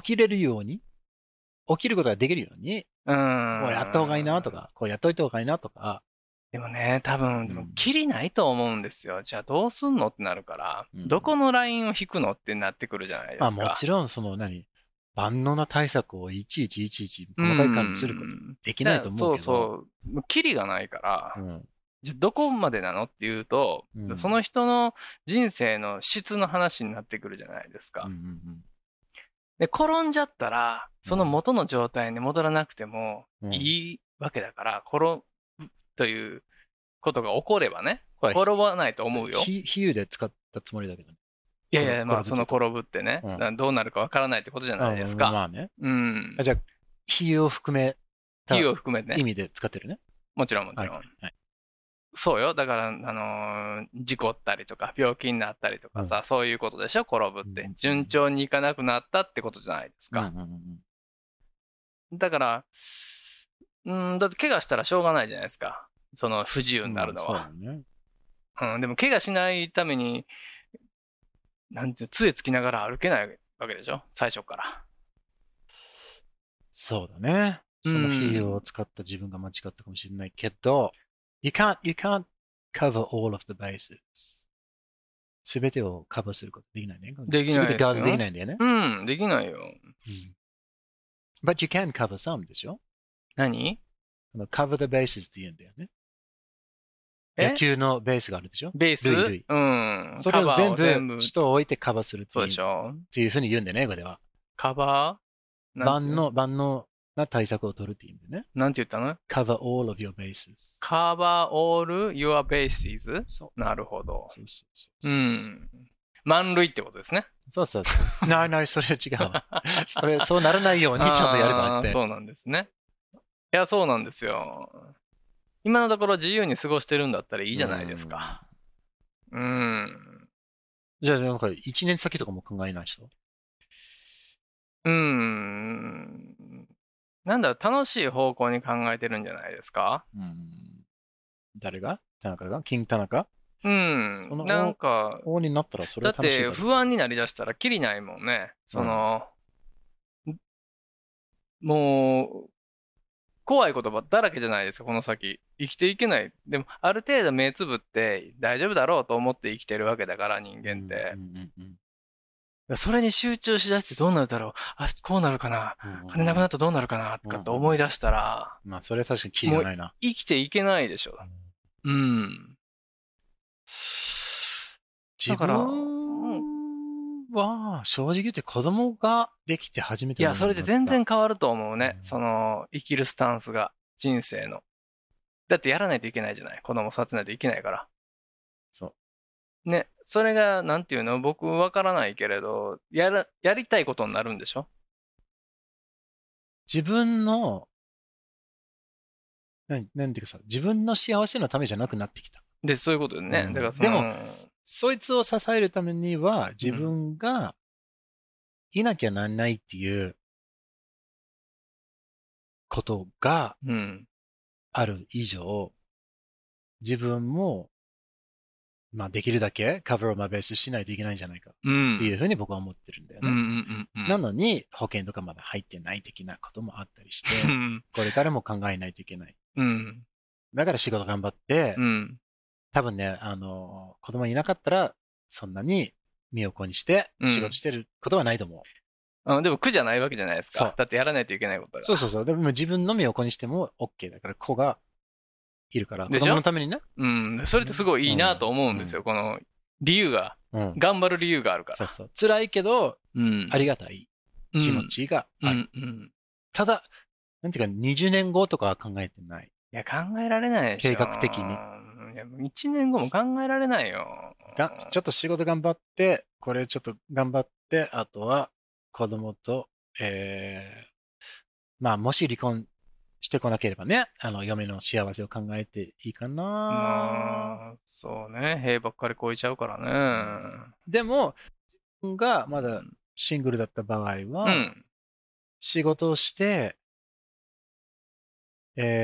S2: 起きれるように、起きることができるように、
S1: うん。
S2: こうやった方がいいなと。か、こうやっといた方がいいなとか、
S1: でもね、多分、でも
S2: うん、
S1: きりないと思うんですよ。じゃあどうすんのってなるから、
S2: うん
S1: どこのラインを引くのってなってくるじゃないです
S2: まあ
S1: か。
S2: もちろんその何、万能な対策をいちいちいちいち細かい感じすること
S1: うん
S2: できないと思うけど。
S1: だからそうそう。きりがないから、
S2: うん
S1: じゃあどこまでなのっていうと、
S2: うん
S1: その人の人生の質の話になってくるじゃないですか。
S2: うんうん
S1: で転んじゃったらその元の状態に戻らなくても
S2: うんうん
S1: いいわけだから、転ぶということが起こればね
S2: これ
S1: 転ばないと思うよ。
S2: ひ比喩で使ったつもりだけどね。
S1: いやいやまあ
S2: 転
S1: そ
S2: ぶ
S1: の
S2: ってこ
S1: 転ぶってね、
S2: うん
S1: だからどうなるかわからないってことじゃないですか。
S2: まあね。
S1: うん
S2: あ。じゃあ、比喩を含めた
S1: 企業を含めて
S2: 意
S1: ね
S2: 味で使ってるね。
S1: もちろんもちろん。
S2: はいはい
S1: そうよだから、あのー事故ったりとか病気になったりとかさ、そういうことでしょ転ぶって、
S2: うん
S1: 順調にいかなくなったってことじゃないです
S2: うんう
S1: か、
S2: んうん
S1: だからうんだって怪我したらしょうがないじゃないですかその不自由になるの
S2: まあ
S1: は、
S2: そうだね。
S1: うん、でも怪我しないためになんていう杖つきながら歩けないわけでしょ最初から
S2: そうだね。その比喩を使った自分が間違ったかもしれないけど、you can't, you can't cover all of the bases. すべてをカバーすることできないね。
S1: できないですよ
S2: すべてガードできないんだよね。
S1: うんできないよ
S2: But you can cover some でしょ
S1: 何
S2: あの ?cover the bases って言うんだよね。
S1: え
S2: 野球のベースがあるでしょ
S1: ベース
S2: 類類
S1: うん
S2: それ
S1: カ
S2: を
S1: バー
S2: 全部、人を置いてカバーするって
S1: そう
S2: いう
S1: でしょ
S2: っていうふうに言うんだよね、英語では。
S1: カバーなんていう
S2: 万能、万能な対策を取るっていうんだよね。
S1: なんて言ったの
S2: cover all of your bases.
S1: ?cover all your bases?
S2: そう。
S1: なるほど。
S2: そうそうそううそう。
S1: ん。満塁ってことですね。
S2: そうそうそ うそう。no, no, それは違うわ。 それ、そうならないようにちゃんとやれば
S1: あ
S2: っ
S1: ー
S2: て。
S1: そうなんですね。いや、そうなんですよ。今のところ自由に過ごしてるんだったらいいじゃないですか。うーん。
S2: じゃあ、なんか、一年先とかも考えない人
S1: うーん。なんだろう、楽しい方向に考えてるんじゃないですか
S2: うん。誰が田中が金田中
S1: う
S2: その
S1: ん。なんか、
S2: 王になったらそれ
S1: だっ
S2: は楽しい
S1: て
S2: だろ
S1: 不安になりだしたらきりないもんね。その、もう、怖いことばっだらけじゃないですか、この先。生きていけない。でも、ある程度目つぶって大丈夫だろうと思って生きてるわけだから、人間って
S2: う。んうんうん
S1: それに集中しだしてどうなるだろう。あ、こうなるかな。
S2: うん
S1: 金なくなったらどうなるかな。とかって思い出したら、
S2: まあ、それは確かにキーがないな。
S1: 生きていけないでしょ。うん。
S2: 自
S1: だから
S2: 分は、正直言って子供ができて初め
S1: い
S2: て
S1: や、それで全然変わると思うね
S2: う。ん
S1: その、生きるスタンスが、人生の。だってやらないといけないじゃない。子供育てないといけないから。。
S2: そう
S1: ね、それが、なんていうの僕わからないけれど、やら、やりたいことになるんでしょ
S2: 自分の、なんなんていうかさ、自分の幸せのためじゃなくなってきた。
S1: で、そういうことでね。
S2: うん
S1: だからその、
S2: でそいつを支えるためには、自分がいなきゃなんないっていうことが
S1: うん。
S2: ある以上、自分も、まあ、できるだけカバーをまベースしないといけないんじゃないか
S1: うん。
S2: っていうふうに僕は思ってるんだよ
S1: う
S2: ね。
S1: んうんうんうん。
S2: なのに、保険とかまだ入ってない的なこともあったりして、
S1: うん。
S2: これからも考えないといけない。
S1: うん。
S2: だから仕事頑張って
S1: う、ん。
S2: 多分ね、あの、子供いなかったら、そんなに身を粉にして
S1: うん
S2: 仕事してることはないと思う。
S1: あでも苦じゃないわけじゃないです
S2: そう
S1: か。だってやらないといけないことが。
S2: そうそうそう。でも自分の身を粉にしても OK だから、子がいるから、子
S1: でしょ
S2: 供のためにね。
S1: うん。それってすごいいいなと思うんですよ。この、理由が、
S2: うん。
S1: 頑張る理由があるから。
S2: そうそう。辛いけど、
S1: うん。
S2: ありがたい気持ちがある。
S1: うんうん。い
S2: ただ、なんていうか、20年後とかは考えてない。
S1: や、考えられないでしょ。
S2: 計画的に
S1: いや、もう1年後も考えられないよ。
S2: がちょっと仕事頑張って、これちょっと頑張って、あとは子供と、えーまあ、もし離婚してこなければね、あの、嫁の幸せを考えていいかな。
S1: まあ、そうね。塀ばっかり越えちゃうから
S2: でも、自分がまだシングルだった場合は、
S1: ね。うん。
S2: 仕事をして、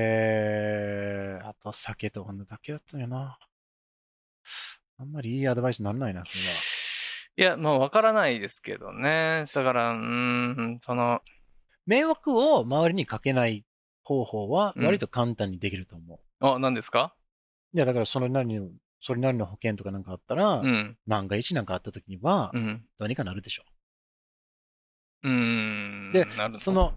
S2: えー、あとは酒と女だけだったよな。あんまりいいアドバイスになんないな、それは。
S1: いや、まあ、わからないですけどね。だから、うーん、その、
S2: 迷惑を周りにかけない方法は割と簡単にできると思う。
S1: あ、何ですか
S2: いや、だからそれなりの、それなりの保険とかなんかあったら、
S1: うん。
S2: 万が一なんかあった時には
S1: う、ん。
S2: どうにかなるでしょ
S1: うーん。
S2: う。
S1: な
S2: で
S1: るほ、ど
S2: そ、の、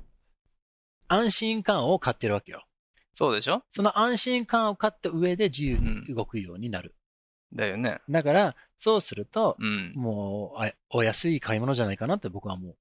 S2: 安心感を買ってるわけよ。
S1: そうでしょ
S2: その安心感を買った上で自由に
S1: うん
S2: 動くようになる。
S1: だよね。
S2: だから、そうすると、
S1: うん。
S2: もうあ、お安い買い物じゃないかなって僕は思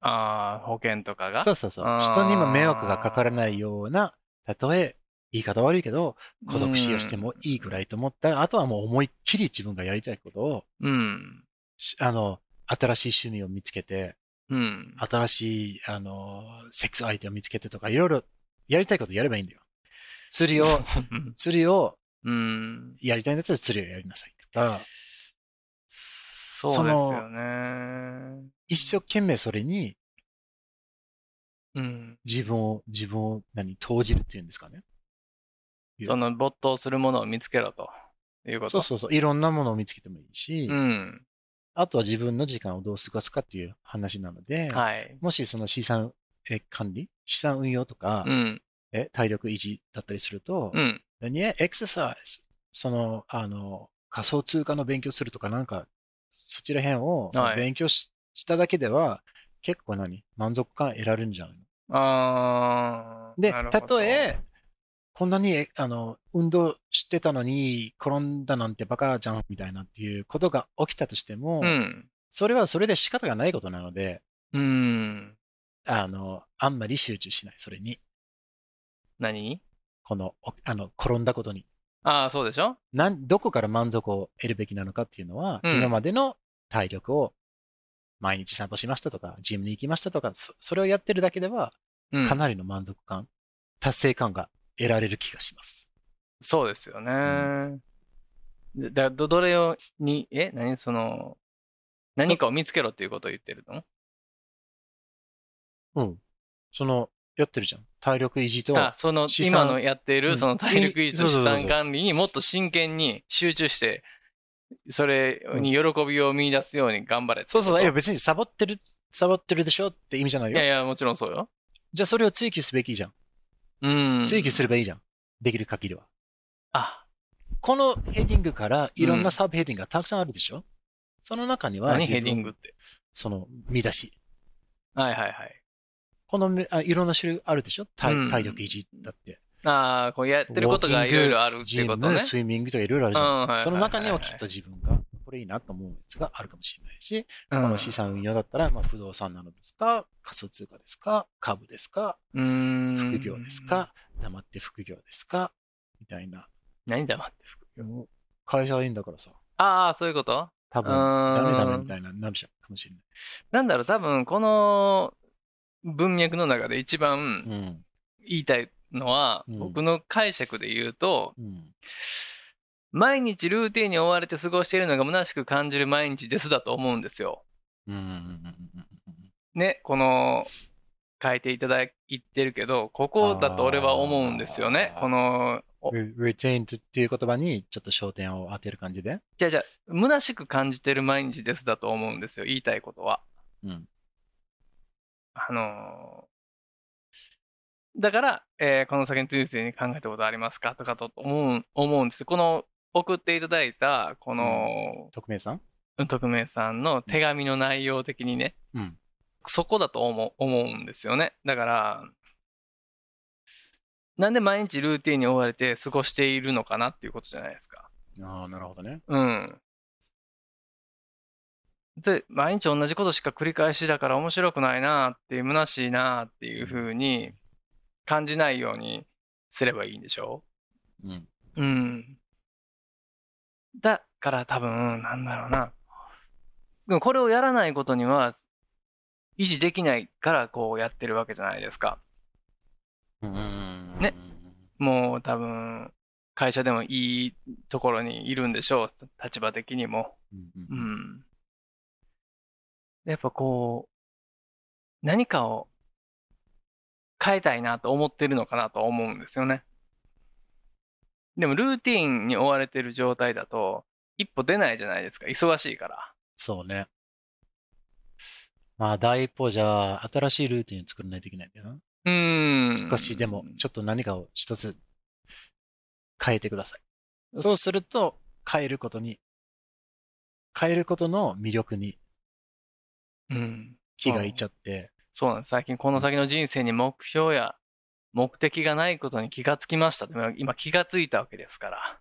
S1: ああ、保険とか
S2: う。
S1: が。
S2: そうそうそう。
S1: あー
S2: 人にも迷惑がかからないような、たとえ、言い方悪いけど、孤独死をしてもいいくらいと思ったら、あとはもう思いっきり自分がやりたいことを、
S1: うん。
S2: しあの、新しい趣味を見つけて、
S1: うん。
S2: 新しい、あの、セックス相手を見つけてとか、いろいろやりたいことやればいいんだよ。釣 りを、釣りを
S1: うん。
S2: やりたいんだったら釣りをやりなさいとか、
S1: そうですよね。
S2: 一生懸命それに
S1: うん。
S2: 自分を、自分を何、投じるっていうんですかね。
S1: その没頭するものを見つけろということ。
S2: そうそうそう。いろんなものを見つけてもいいし、
S1: うん。
S2: あとは自分の時間をどう過ごすかっていう話なので、
S1: はい。
S2: もしその資産え管理資産運用とか、
S1: うん。
S2: え体力維持だったりすると、
S1: うん。
S2: 何やエクササイズ、その、あの、仮想通貨の勉強するとか、なんか、そちら辺を
S1: はい
S2: 勉強し,、しただけでは、結構何満足感得られるんじゃないの
S1: あー
S2: で、
S1: なる
S2: た
S1: ほど
S2: とえ、こんなに、えあの、運動してたのに、転んだなんてバカじゃん、みたいなっていうことが起きたとしても、
S1: うん。
S2: それはそれで仕方がないことなので、
S1: うん。
S2: あの、あんまり集中しない、それに。
S1: 何
S2: この、おあの、転んだことに。
S1: ああ、そうでしょ
S2: なんどこから満足を得るべきなのかっていうのは、
S1: うん
S2: 昨日までの体力を毎日散歩しましたとか、ジムに行きましたとか、そそれをやってるだけでは、
S1: うん
S2: か。なりの満足感、達成感が得られる気がします。
S1: そうですよね。でだど、どれを、に、え何その、何かを見つけろっていうことを言ってるの
S2: うん。その、やってるじゃん。体力維持と、
S1: あその
S2: 資産
S1: 今のやっていうる
S2: ん
S1: その体力維持と
S2: そうそう
S1: 資
S2: そう
S1: 産管理にもっと真剣に集中してそれに喜びを見出すように頑張れって
S2: そうそう、いや
S1: い
S2: 別にサボってる、サボってるでしょって意味じゃないよ
S1: やい。やもちろんそうよ
S2: じゃあそれを追求すべきじゃん。
S1: うん
S2: 追求すればいいじゃん。できる限りは。
S1: あ
S2: このヘディングからいろんなサブヘディングがたくさんあるでしょ、その中には、
S1: 何
S2: 自
S1: ヘ
S2: 分
S1: ディングって
S2: その見出し。
S1: はいはいはい
S2: このめあいろんな種類あるでしょ体,、
S1: うん
S2: 体力維持だって。
S1: ああこうやってることがいろいろあるってい
S2: ジ
S1: うこと
S2: ム、
S1: ね
S2: スイミングとかいろいろあるじゃん。
S1: うんはいはいはいはい
S2: その中にはきっと自分が、これいいなと思うやつがあるかもしれないし、
S1: う
S2: こ
S1: ん
S2: の資産運用だったら、まあ、不動産なのですか、仮想通貨ですか、株ですか、
S1: うん
S2: 副業ですか、黙って副業ですか、みたいな。
S1: 何黙って
S2: 会社はいいんだからさ、
S1: ああそういうこと
S2: 多分、
S1: うーん
S2: ダメダメみたいななるじゃん、かもしれない。
S1: なんだろう多分この文脈の中で一番
S2: うん。
S1: 言いたいのは
S2: うん
S1: 僕の解釈で言うと
S2: うん。
S1: 毎日ルーティンに追われて過ごしているのが虚しく感じる毎日ですだと思うんですよ。
S2: うん。
S1: ね、この書いていただいてるけど、ここだと俺は思うんですよね
S2: あ。ー
S1: この、お
S2: ルルーティンっていう言葉にちょっと焦点を当てる感じで。
S1: じゃあじゃあ虚しく感じてる毎日ですだと思うんですよ。言いたいことは。
S2: うん。
S1: あのーだから、えーこの先のトゥーズデーに考えたことありますかとかと思う思うんです。この送っていただいた、この、
S2: 匿名さん
S1: 匿名さんの手紙の内容的にね、
S2: うん
S1: そこだと思う思うんですよねだからなんで毎日ルーティンに追われて過ごしているのかなっていうことじゃないですか
S2: ああ、なるほどね。
S1: うんで毎日同じことしか繰り返しだから面白くないなって虚しいなっていう風に感じないようにすればいいんでしょ
S2: うん。
S1: うん。だから多分、なんだろうな。でもこれをやらないことには、維持できないからこうやってるわけじゃないですか。
S2: うん
S1: ね。もう多分、会社でもいいところにいるんでしょう。立場的にも。
S2: うん
S1: う
S2: うん
S1: ん。やっぱこう、何かを変えたいなと思ってるのかなと思うんですよね。でもルーティンに追われてる状態だと、一歩出ないじゃないですか。忙しいから。
S2: そうね。まあ、第一歩じゃ、新しいルーティンを作らないといけないんだよな。
S1: うーん。
S2: 少しでも、ちょっと何かを一つ変えてください。そうすると、変えることに、変えることの魅力に
S1: うん。
S2: 気がいっちゃって、
S1: そうなんです。最近この先の人生に目標や目的がないことに気がつきました。でも今気がついたわけですから。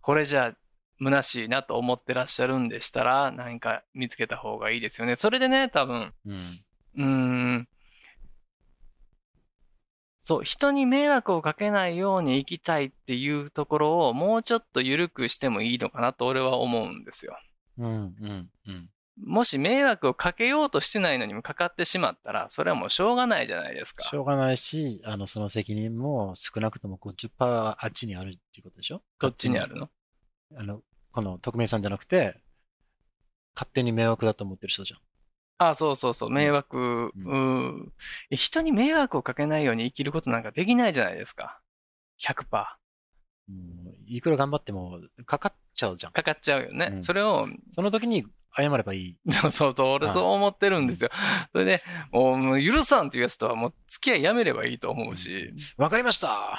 S1: これじゃあ、虚しいなと思ってらっしゃるんでしたら、何か見つけた方がいいですよね。それでね、多分、
S2: うん。
S1: うーん。そう、人に迷惑をかけないように生きたいっていうところをもうちょっと緩くしてもいいのかなと俺は思うんですよ。
S2: うん、うん、うん。
S1: もし迷惑をかけようとしてないのにもかかってしまったら、それはもうしょうがないじゃないですか。
S2: しょうがないし、あの、その責任も少なくとも50%あっちにあるっていうことでしょ
S1: どっちにあるの
S2: あの、この匿名さんじゃなくて、勝手に迷惑だと思ってる人じゃん。
S1: あ、そうそうそう、迷惑、
S2: う
S1: うん、人に迷惑をかけないように生きることなんかできないじゃないですか。100%。か
S2: もういくら頑張ってもかかっちゃうじゃん。
S1: かっちゃうよね。
S2: うん
S1: それを、
S2: その時に謝ればいい。
S1: そうそうそう、俺そう思ってるんですよ。それで、もうもう許さんっていうやつとはもう付き合いやめればいいと思うし、
S2: わかりました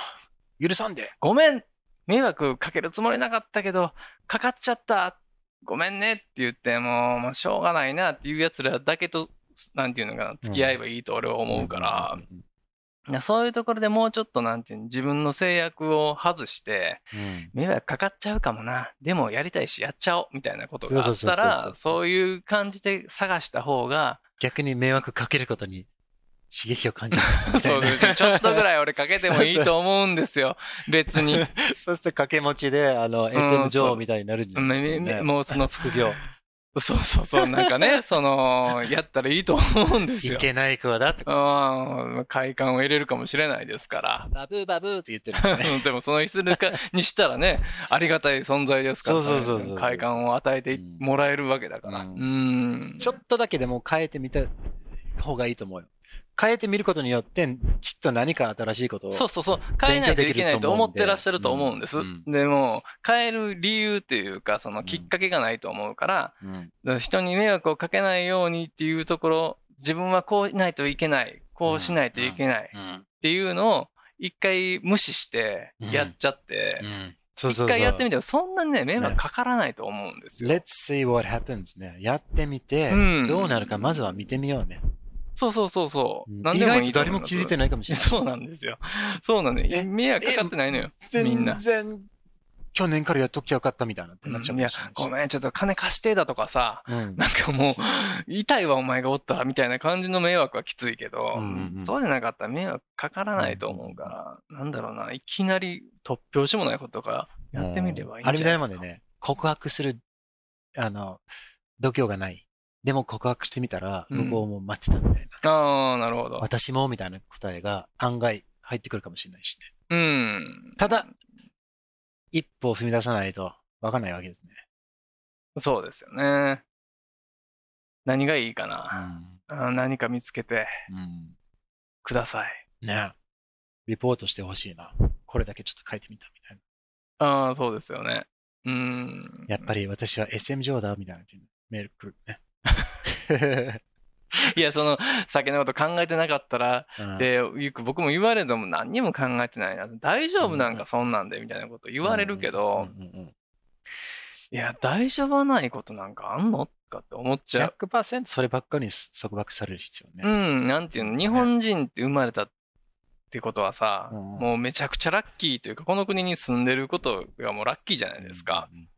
S2: 許さんで
S1: ごめん迷惑かけるつもりなかったけど、かかっちゃったごめんねって言って、もう、まあ、しょうがないなっていうやつらだけと、なんていうのかな、付き合えばいいと俺は思うから、
S2: うん
S1: いやそういうところでもうちょっとなんていうの自分の制約を外して
S2: うん
S1: 迷惑かかっちゃうかもなでもやりたいしやっちゃおうみたいなこと
S2: そう
S1: があ
S2: そう
S1: っ
S2: そ
S1: た
S2: うそうそう
S1: らそういう感じで探した方が
S2: 逆に迷惑かけることに刺激を感 じるみた
S1: そ
S2: いうな。
S1: ですね。ちょっとぐらい俺かけてもいいと思うんですよ。別に。
S2: そうすると掛け持ちで、あの、
S1: う
S2: SM
S1: ん
S2: 女
S1: そう
S2: 王みたいになるんじゃないです
S1: め
S2: か、
S1: め
S2: ね。
S1: もうその、
S2: 副業。
S1: そうそうそう、なんか ね、その、やったらいいと思うんです
S2: い
S1: よ。
S2: けない子だって。
S1: うん、快感を得れるかもしれないです から。
S2: バブーバブーって言ってるもんね。
S1: でもその人にかにしたらね、ありがたい存在ですからね、
S2: そうそうそうそう
S1: 快感を与えてもらえるわけだから。う
S2: うん
S1: ん。
S2: ちょっとだけでも変えてみた方がいいと思うよ。変えてみることによって、きっと何か新しいことを。
S1: そうそうそう。変えないといけないと思ってらっしゃると思うんです。
S2: うん
S1: でも、変える理由っていうか、そのきっかけがないと思うから、
S2: うん。
S1: だから人に迷惑をかけないようにっていうところ、自分はこうしないといけない、こうしないといけないっ
S2: うん。
S1: ていうのを、一回無視して、やっちゃって、
S2: うん。そうそうそう。
S1: 一回やってみても、そんなにね、迷惑かからないと思うんですよ。
S2: Let's see what happens ね。やってみて、
S1: うん
S2: どうなるかまずは見てみようね。
S1: そうそうそうそう。
S2: うん
S1: 何
S2: 意
S1: でも
S2: 外
S1: いい
S2: と
S1: と思
S2: 誰
S1: い
S2: も
S1: ます
S2: 気づいてないかもしれない。
S1: そうなんですよ。そうなんで、
S2: え
S1: 迷惑かかってないのよ。みん
S2: 全
S1: な
S2: 然、去年からやっときゃよかったみたいなってなっち
S1: い
S2: ゃうかも
S1: や
S2: しれない、し
S1: ごめん、ちょっと金貸してだとかさ、
S2: うん
S1: なんかもう、痛いわ、お前がおったら、みたいな感じの迷惑はきついけど、
S2: うんうんうん
S1: そうじゃなかったら迷惑かからないと思うから、なんだろうな、いきなり突拍子もないこととかやってみればいいんじゃ
S2: あれみ
S1: な
S2: たい
S1: いで
S2: なもん
S1: す
S2: で
S1: か。
S2: ね、告白する、あの、度胸がない。でも告白してみたら、
S1: うん
S2: 向こうも待ってたみたいな。
S1: ああ、なるほど。
S2: 私もみたいな答えが案外入ってくるかもしれないし
S1: う
S2: ね。
S1: ん。
S2: ただ、一歩踏み出さないとわかんないわけですね。
S1: そうですよね。何がいいかな。あー何か見つけて
S2: うん。うん
S1: ください。
S2: ねリポートしてほしいな。これだけちょっと書いてみたみたい
S1: ああ、そうですよね。うん。
S2: な。やっぱり私は SM 上だみたいなメール来るね。
S1: いや、その、先のこと考えてなかったら、
S2: う ん
S1: で、よく僕も言われても何にも考えてないな。大丈夫なんかそんなんで、みたいなこと言われるけど、
S2: うんうんうん
S1: いや、大丈夫はないことなんかあんのとかって思っちゃう。
S2: 100%そればっかりに束縛される必要ね。
S1: うん、なんていうの、日本人って生まれたってことはさ、
S2: うん
S1: もうめちゃくちゃラッキーというか、この国に住んでることがもうラッキーじゃないですか。
S2: うん。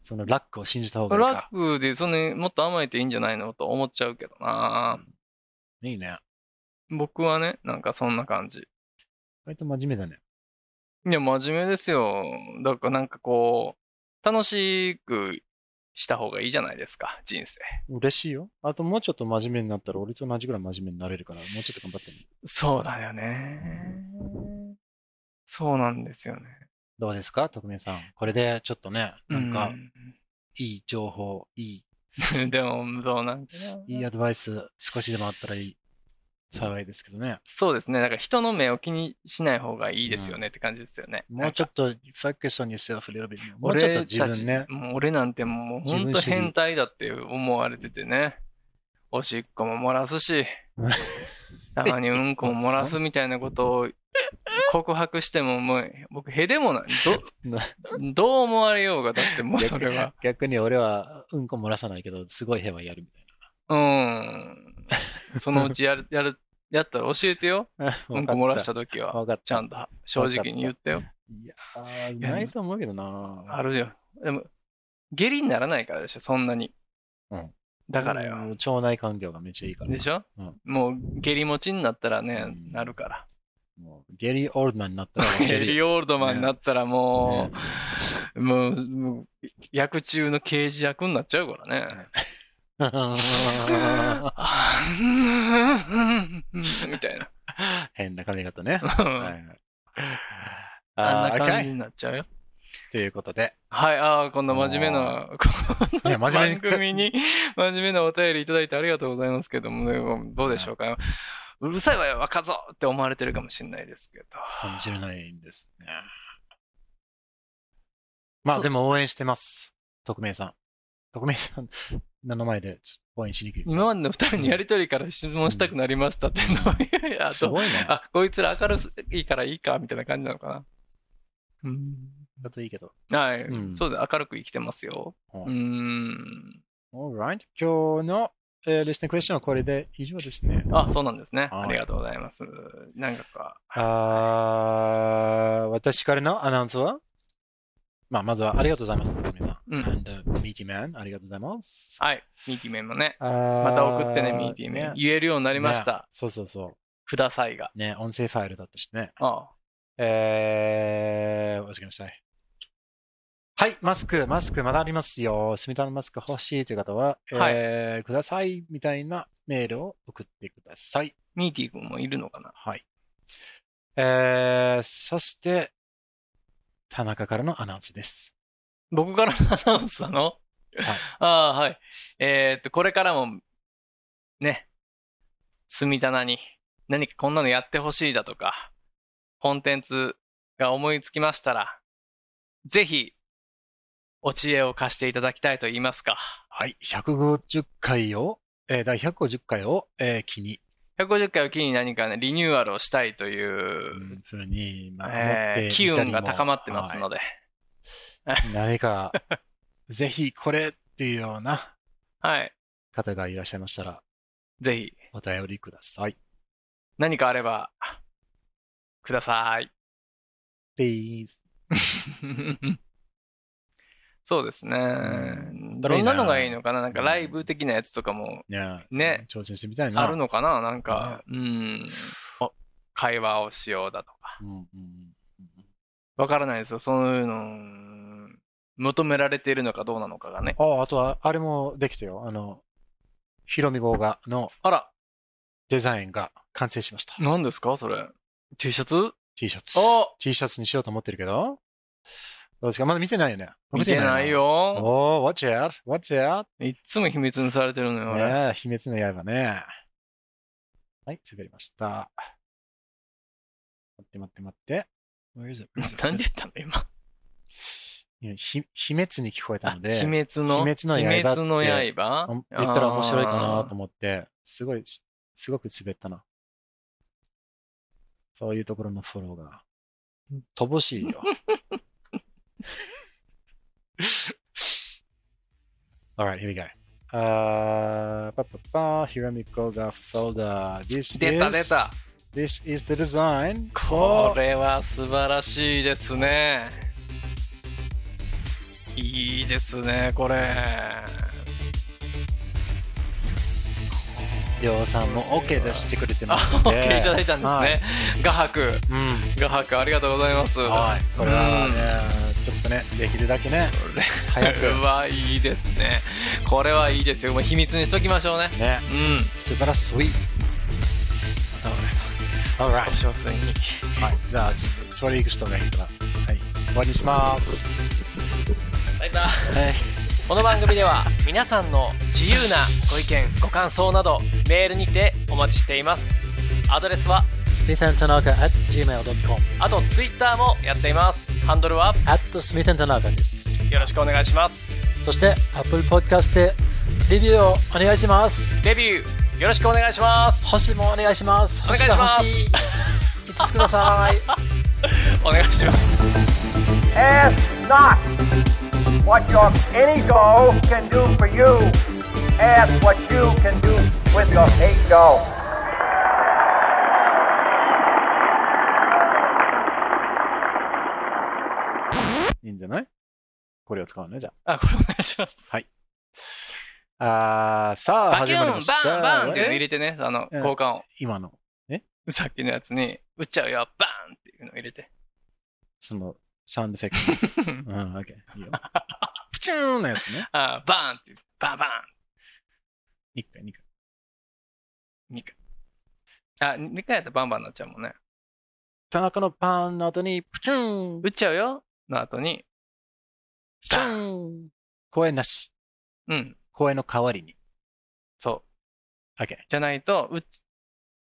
S2: そのラックを信じた方がいい
S1: ラ
S2: か。
S1: ックで、そのもっと甘えていいんじゃないのと思っちゃうけどな。
S2: いいね。
S1: 僕はね、なんかそんな感じ。
S2: 割と真面目だね。
S1: いや、真面目ですよ。だからなんかこう、楽しくした方がいいじゃないですか、人生。
S2: 嬉しいよ。あともうちょっと真面目になったら俺と同じぐらい真面目になれるから、もうちょっと頑張ってみる。
S1: そうだよね。そうなんですよね。
S2: どうですか徳明さん。これでちょっとね、なんか
S1: う、
S2: いい情報、いい、
S1: ん でも、どうなんかない
S2: いアドバイス、少しでもあったらいい、幸いですけどね。
S1: そうですね。だから人の目を気にしない方がいいですよねって感じですよね。
S2: もうちょ
S1: と、
S2: っと、focus on yourself a little bit. もうちょっと自分ね
S1: 俺たち。もう俺なんてもう本当
S2: 自分主義
S1: 変態だって思われててね。おしっこも漏らす し、たまにうんこも漏らすみたいなことを告白してももう僕へでもない。
S2: な
S1: ど、どう思われようがだってもうそれは。
S2: 逆に俺は、うんこ漏らさないけど、すごいへはやるみた
S1: う
S2: い
S1: ん。そのうちやる、やる、やったら教えてよ。
S2: な。
S1: うんこ漏らした時は。
S2: わかった。
S1: ちゃんと正直に言ってよ。
S2: いやー、ないと思うけどな。
S1: あるよ。でも、下痢にならないからでしょ、そんなに。
S2: うん
S1: だから
S2: う
S1: よ
S2: ん。腸内環境がめっちゃいいから。
S1: でしょ、
S2: うん
S1: もう下痢持ちになったらね、
S2: うん
S1: なるから。
S2: もうゲリー・オールドマンになったらもう
S1: ゲリー・オールドマンになったらもう、もう、もう役中の刑事役になっちゃうからね。みたいな。
S2: 変な髪型ね。はいはい
S1: あ
S2: あ
S1: んな感
S2: ー、
S1: じ
S2: OK。
S1: になっちゃうよ。
S2: ということで。
S1: はい、ああ、こんな真面目な、
S2: いや、真面目
S1: 番
S2: に。
S1: 組に真面目なお便りいただいてありがとうございますけども、ね、どうでしょうか、うるさいわよ若造って思われてるかもしれないですけど
S2: かもしれないんですね。ま
S1: そ
S2: あ
S1: う
S2: でも応援してます。匿名さん。匿名さん の名前でちょっと応援しにくい。
S1: 今までの2人のやりとりから質問したくなりましたっていうのをいやあ
S2: す
S1: と
S2: ごいね。
S1: あこいつら明るいからいいかみたいな感じなのかなうん
S2: だといいけど。
S1: はい、
S2: うん
S1: そうだ明るく生きてますよ
S2: うん
S1: うーん
S2: Alright. 今日の、えー、リスニングクエスチョンはこれで以上ですね。
S1: あそうなんですね
S2: はい
S1: ありがとうございますなんかか
S2: あー私からのアナウンスはまあ、まずはありがとうございます。皆さん。
S1: うん
S2: and uh, Meaty Man. Arigatou gozaimasu.
S1: はい。ミーティーメンもね。また送ってね、ミーティーメン。
S2: また送ってね、ミーティーメン。
S1: 言えるようになりました。
S2: そうそうそう。ね、音声ファイルだったし
S1: ください
S2: ね。
S1: が。ああ
S2: えー、what was I gonna say? はい、マスク、マスクまだありますよ。住みたのマスク欲しいという方は、
S1: はい
S2: えーくださいみたいなメールを送ってください。
S1: ミーティー君もいるのかな
S2: はい。えー、そして、田中からのアナウンスです。
S1: 僕からのアナウンスなの、ああ、はい。えーっと、これからも、ね、住棚に何かこんなのやってほしいだとか、コンテンツが思いつきましたら、ぜひ、お知恵を貸していただきたいと言いますか。
S2: はい、150回を、えー、第150回を、えー、気に、
S1: 150回を機に何かね、リニューアルをしたいというう、
S2: んふうに、まあ、思っ
S1: え
S2: て
S1: ー
S2: い
S1: 機
S2: たり
S1: 運
S2: も
S1: が高まってます
S2: はい
S1: ので、
S2: 何か、ぜひこれっていうような
S1: はい、
S2: 方がいらっしゃいましたら、
S1: ぜひ、
S2: お便りください。
S1: 何かあれば、ください。
S2: Please.
S1: そうですね。
S2: だ
S1: ど
S2: るい
S1: ん
S2: な
S1: なのがいいのかななんかライブ的なやつとかも
S2: ね
S1: ね
S2: 挑戦してみたいな。
S1: あるのかななんか、うん。お会話をしようだとか。
S2: うんうんうん
S1: わからないですよ。そういうの、求められているのかどうなのかがね。
S2: あ、あとは、あれもできたよ。あの、ヒロミ号が、の
S1: あら、
S2: デザインが完成しました。
S1: 何ですかそれ。T シャツ
S2: T シャツ。
S1: お
S2: T シャツにしようと思ってるけど。どうですかまだ見てないよね。
S1: 見てない。よ。
S2: おー、watch out, watch out.
S1: いっつも秘密にされてるのよ、俺。
S2: ねえ、秘密の刃ね。はい、滑りました。待って待って待って。Where is it? Where is it?
S1: 何て言ったの今。
S2: いやひ秘密に聞こえたので。
S1: 秘密の、
S2: 秘密の刃って
S1: 秘密の刃
S2: お言ったら面白いかなと思って、すごい、すすごく滑ったな。そういうところのフォローが、乏しい よ。Alright, here we go. あーパッパッパー、ヒロミコがフォルダー。This
S1: 出た
S2: is-
S1: 出た。
S2: This is the design.
S1: これは素晴らしいですね。いいですね、これ。
S2: りょうさんも OK 出してくれて
S1: あ、
S2: ますんで。
S1: OK いただいたんですね。
S2: はい
S1: 画伯、
S2: うん。
S1: 画伯ありがとうございます。
S2: はい、これは
S1: うん
S2: ね、ちょっとね、できるだけね、
S1: こ
S2: 早く
S1: れはいいですね。これはいいですよ。もう秘密にしときましょうね。
S2: ね、
S1: うん。
S2: 素晴らしい。
S1: 少
S2: Alright、
S1: しお水に。
S2: はい、じゃあ、ちょっとトイレ行く人がいるから、はい、終わりにします。
S1: バイバイ。
S2: はい
S1: この番組では皆さんの自由なご意見、ご感想などメールにてお待ちしています。アドレスは
S2: smithandtanaka at gmail.com
S1: あとツイッターもやっています。ハンドルは
S2: at smithandtanaka です。
S1: よろしくお願いします。
S2: そして、Apple Podcast でレビューをお願いします。
S1: デビューよろしくお願いします。
S2: 星もお願いします。
S1: お願いし
S2: 星が
S1: ま
S2: 欲
S1: す
S2: しい。5つください。
S1: お願いします。
S5: Ask not what your any doll can do for you. Ask what you can do with your eight doll.
S2: いいんじゃないこれを使うね、じゃあ。
S1: あ、これお願いします。
S2: はいあーさあ、
S1: バキ
S2: 始
S1: ュ
S2: ま
S1: ン
S2: り
S1: バ
S2: ました。
S1: ンバンっていうの入れてね、あの、
S2: うん
S1: 交換音。
S2: 今の、
S1: さっきのやつに、打っちゃうよ、バーンっていうのを入れて。
S2: その、サウンドエフェ クト。うん、オッケー。いいよ。プチューンのやつね。
S1: あー、バーンっていう、バンバーン。
S2: 一回、二回。
S1: 二回。あ、二回やったらバンバンになっちゃうもんね。
S2: 田中のパンの後に、プチューン、プ
S1: 打っちゃうよの後に、
S2: チューン。声なし。
S1: うん、
S2: 声の代わりに。
S1: そう。
S2: オッケー。
S1: じゃないと、打っ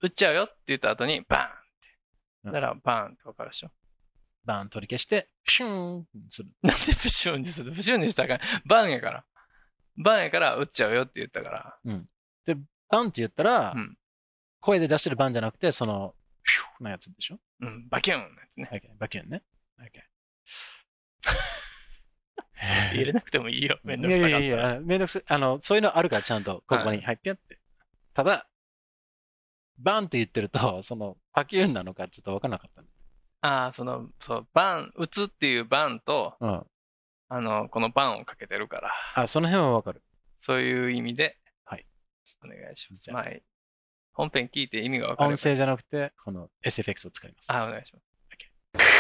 S1: 打っちゃうよって言った後に、バーンって。だから、バーンってわかるでしょ。
S2: バン取り消して、プシューンする。
S1: なんでプシュンにするプシュンにしたらあかん。バンやから。バンやから打っちゃうよって言ったから。
S2: バンって言ったら、
S1: うん
S2: 声で出してるバンじゃなくて、その、ピューのやつでしょ。
S1: うん、バキュンのやつね。
S2: オッケー。バキュンね。オッケー。
S1: 入れなくてもいいよ。めんど
S2: い
S1: く
S2: や
S1: さ
S2: い
S1: かった
S2: や
S1: ら。
S2: いや、めんどくさい。あの、そういうのあるから、ちゃんと、ここ
S1: は
S2: に、はい、ぴゃって。ただ、バンって言ってると、その、パキューンなのか、ちょっとわからなかった
S1: ああ、その、そう、バン、打つっていうバンと、
S2: の。
S1: あの、このバンをかけてるから、
S2: あ、その辺はわかる。
S1: そういう意味で、
S2: はい。
S1: お願いしま
S2: じ
S1: す。
S2: ゃあ
S1: まあ、本編聞いて意味がわかる。
S2: 音声じゃなくて、この SFX を使います。
S1: あ、お願いします。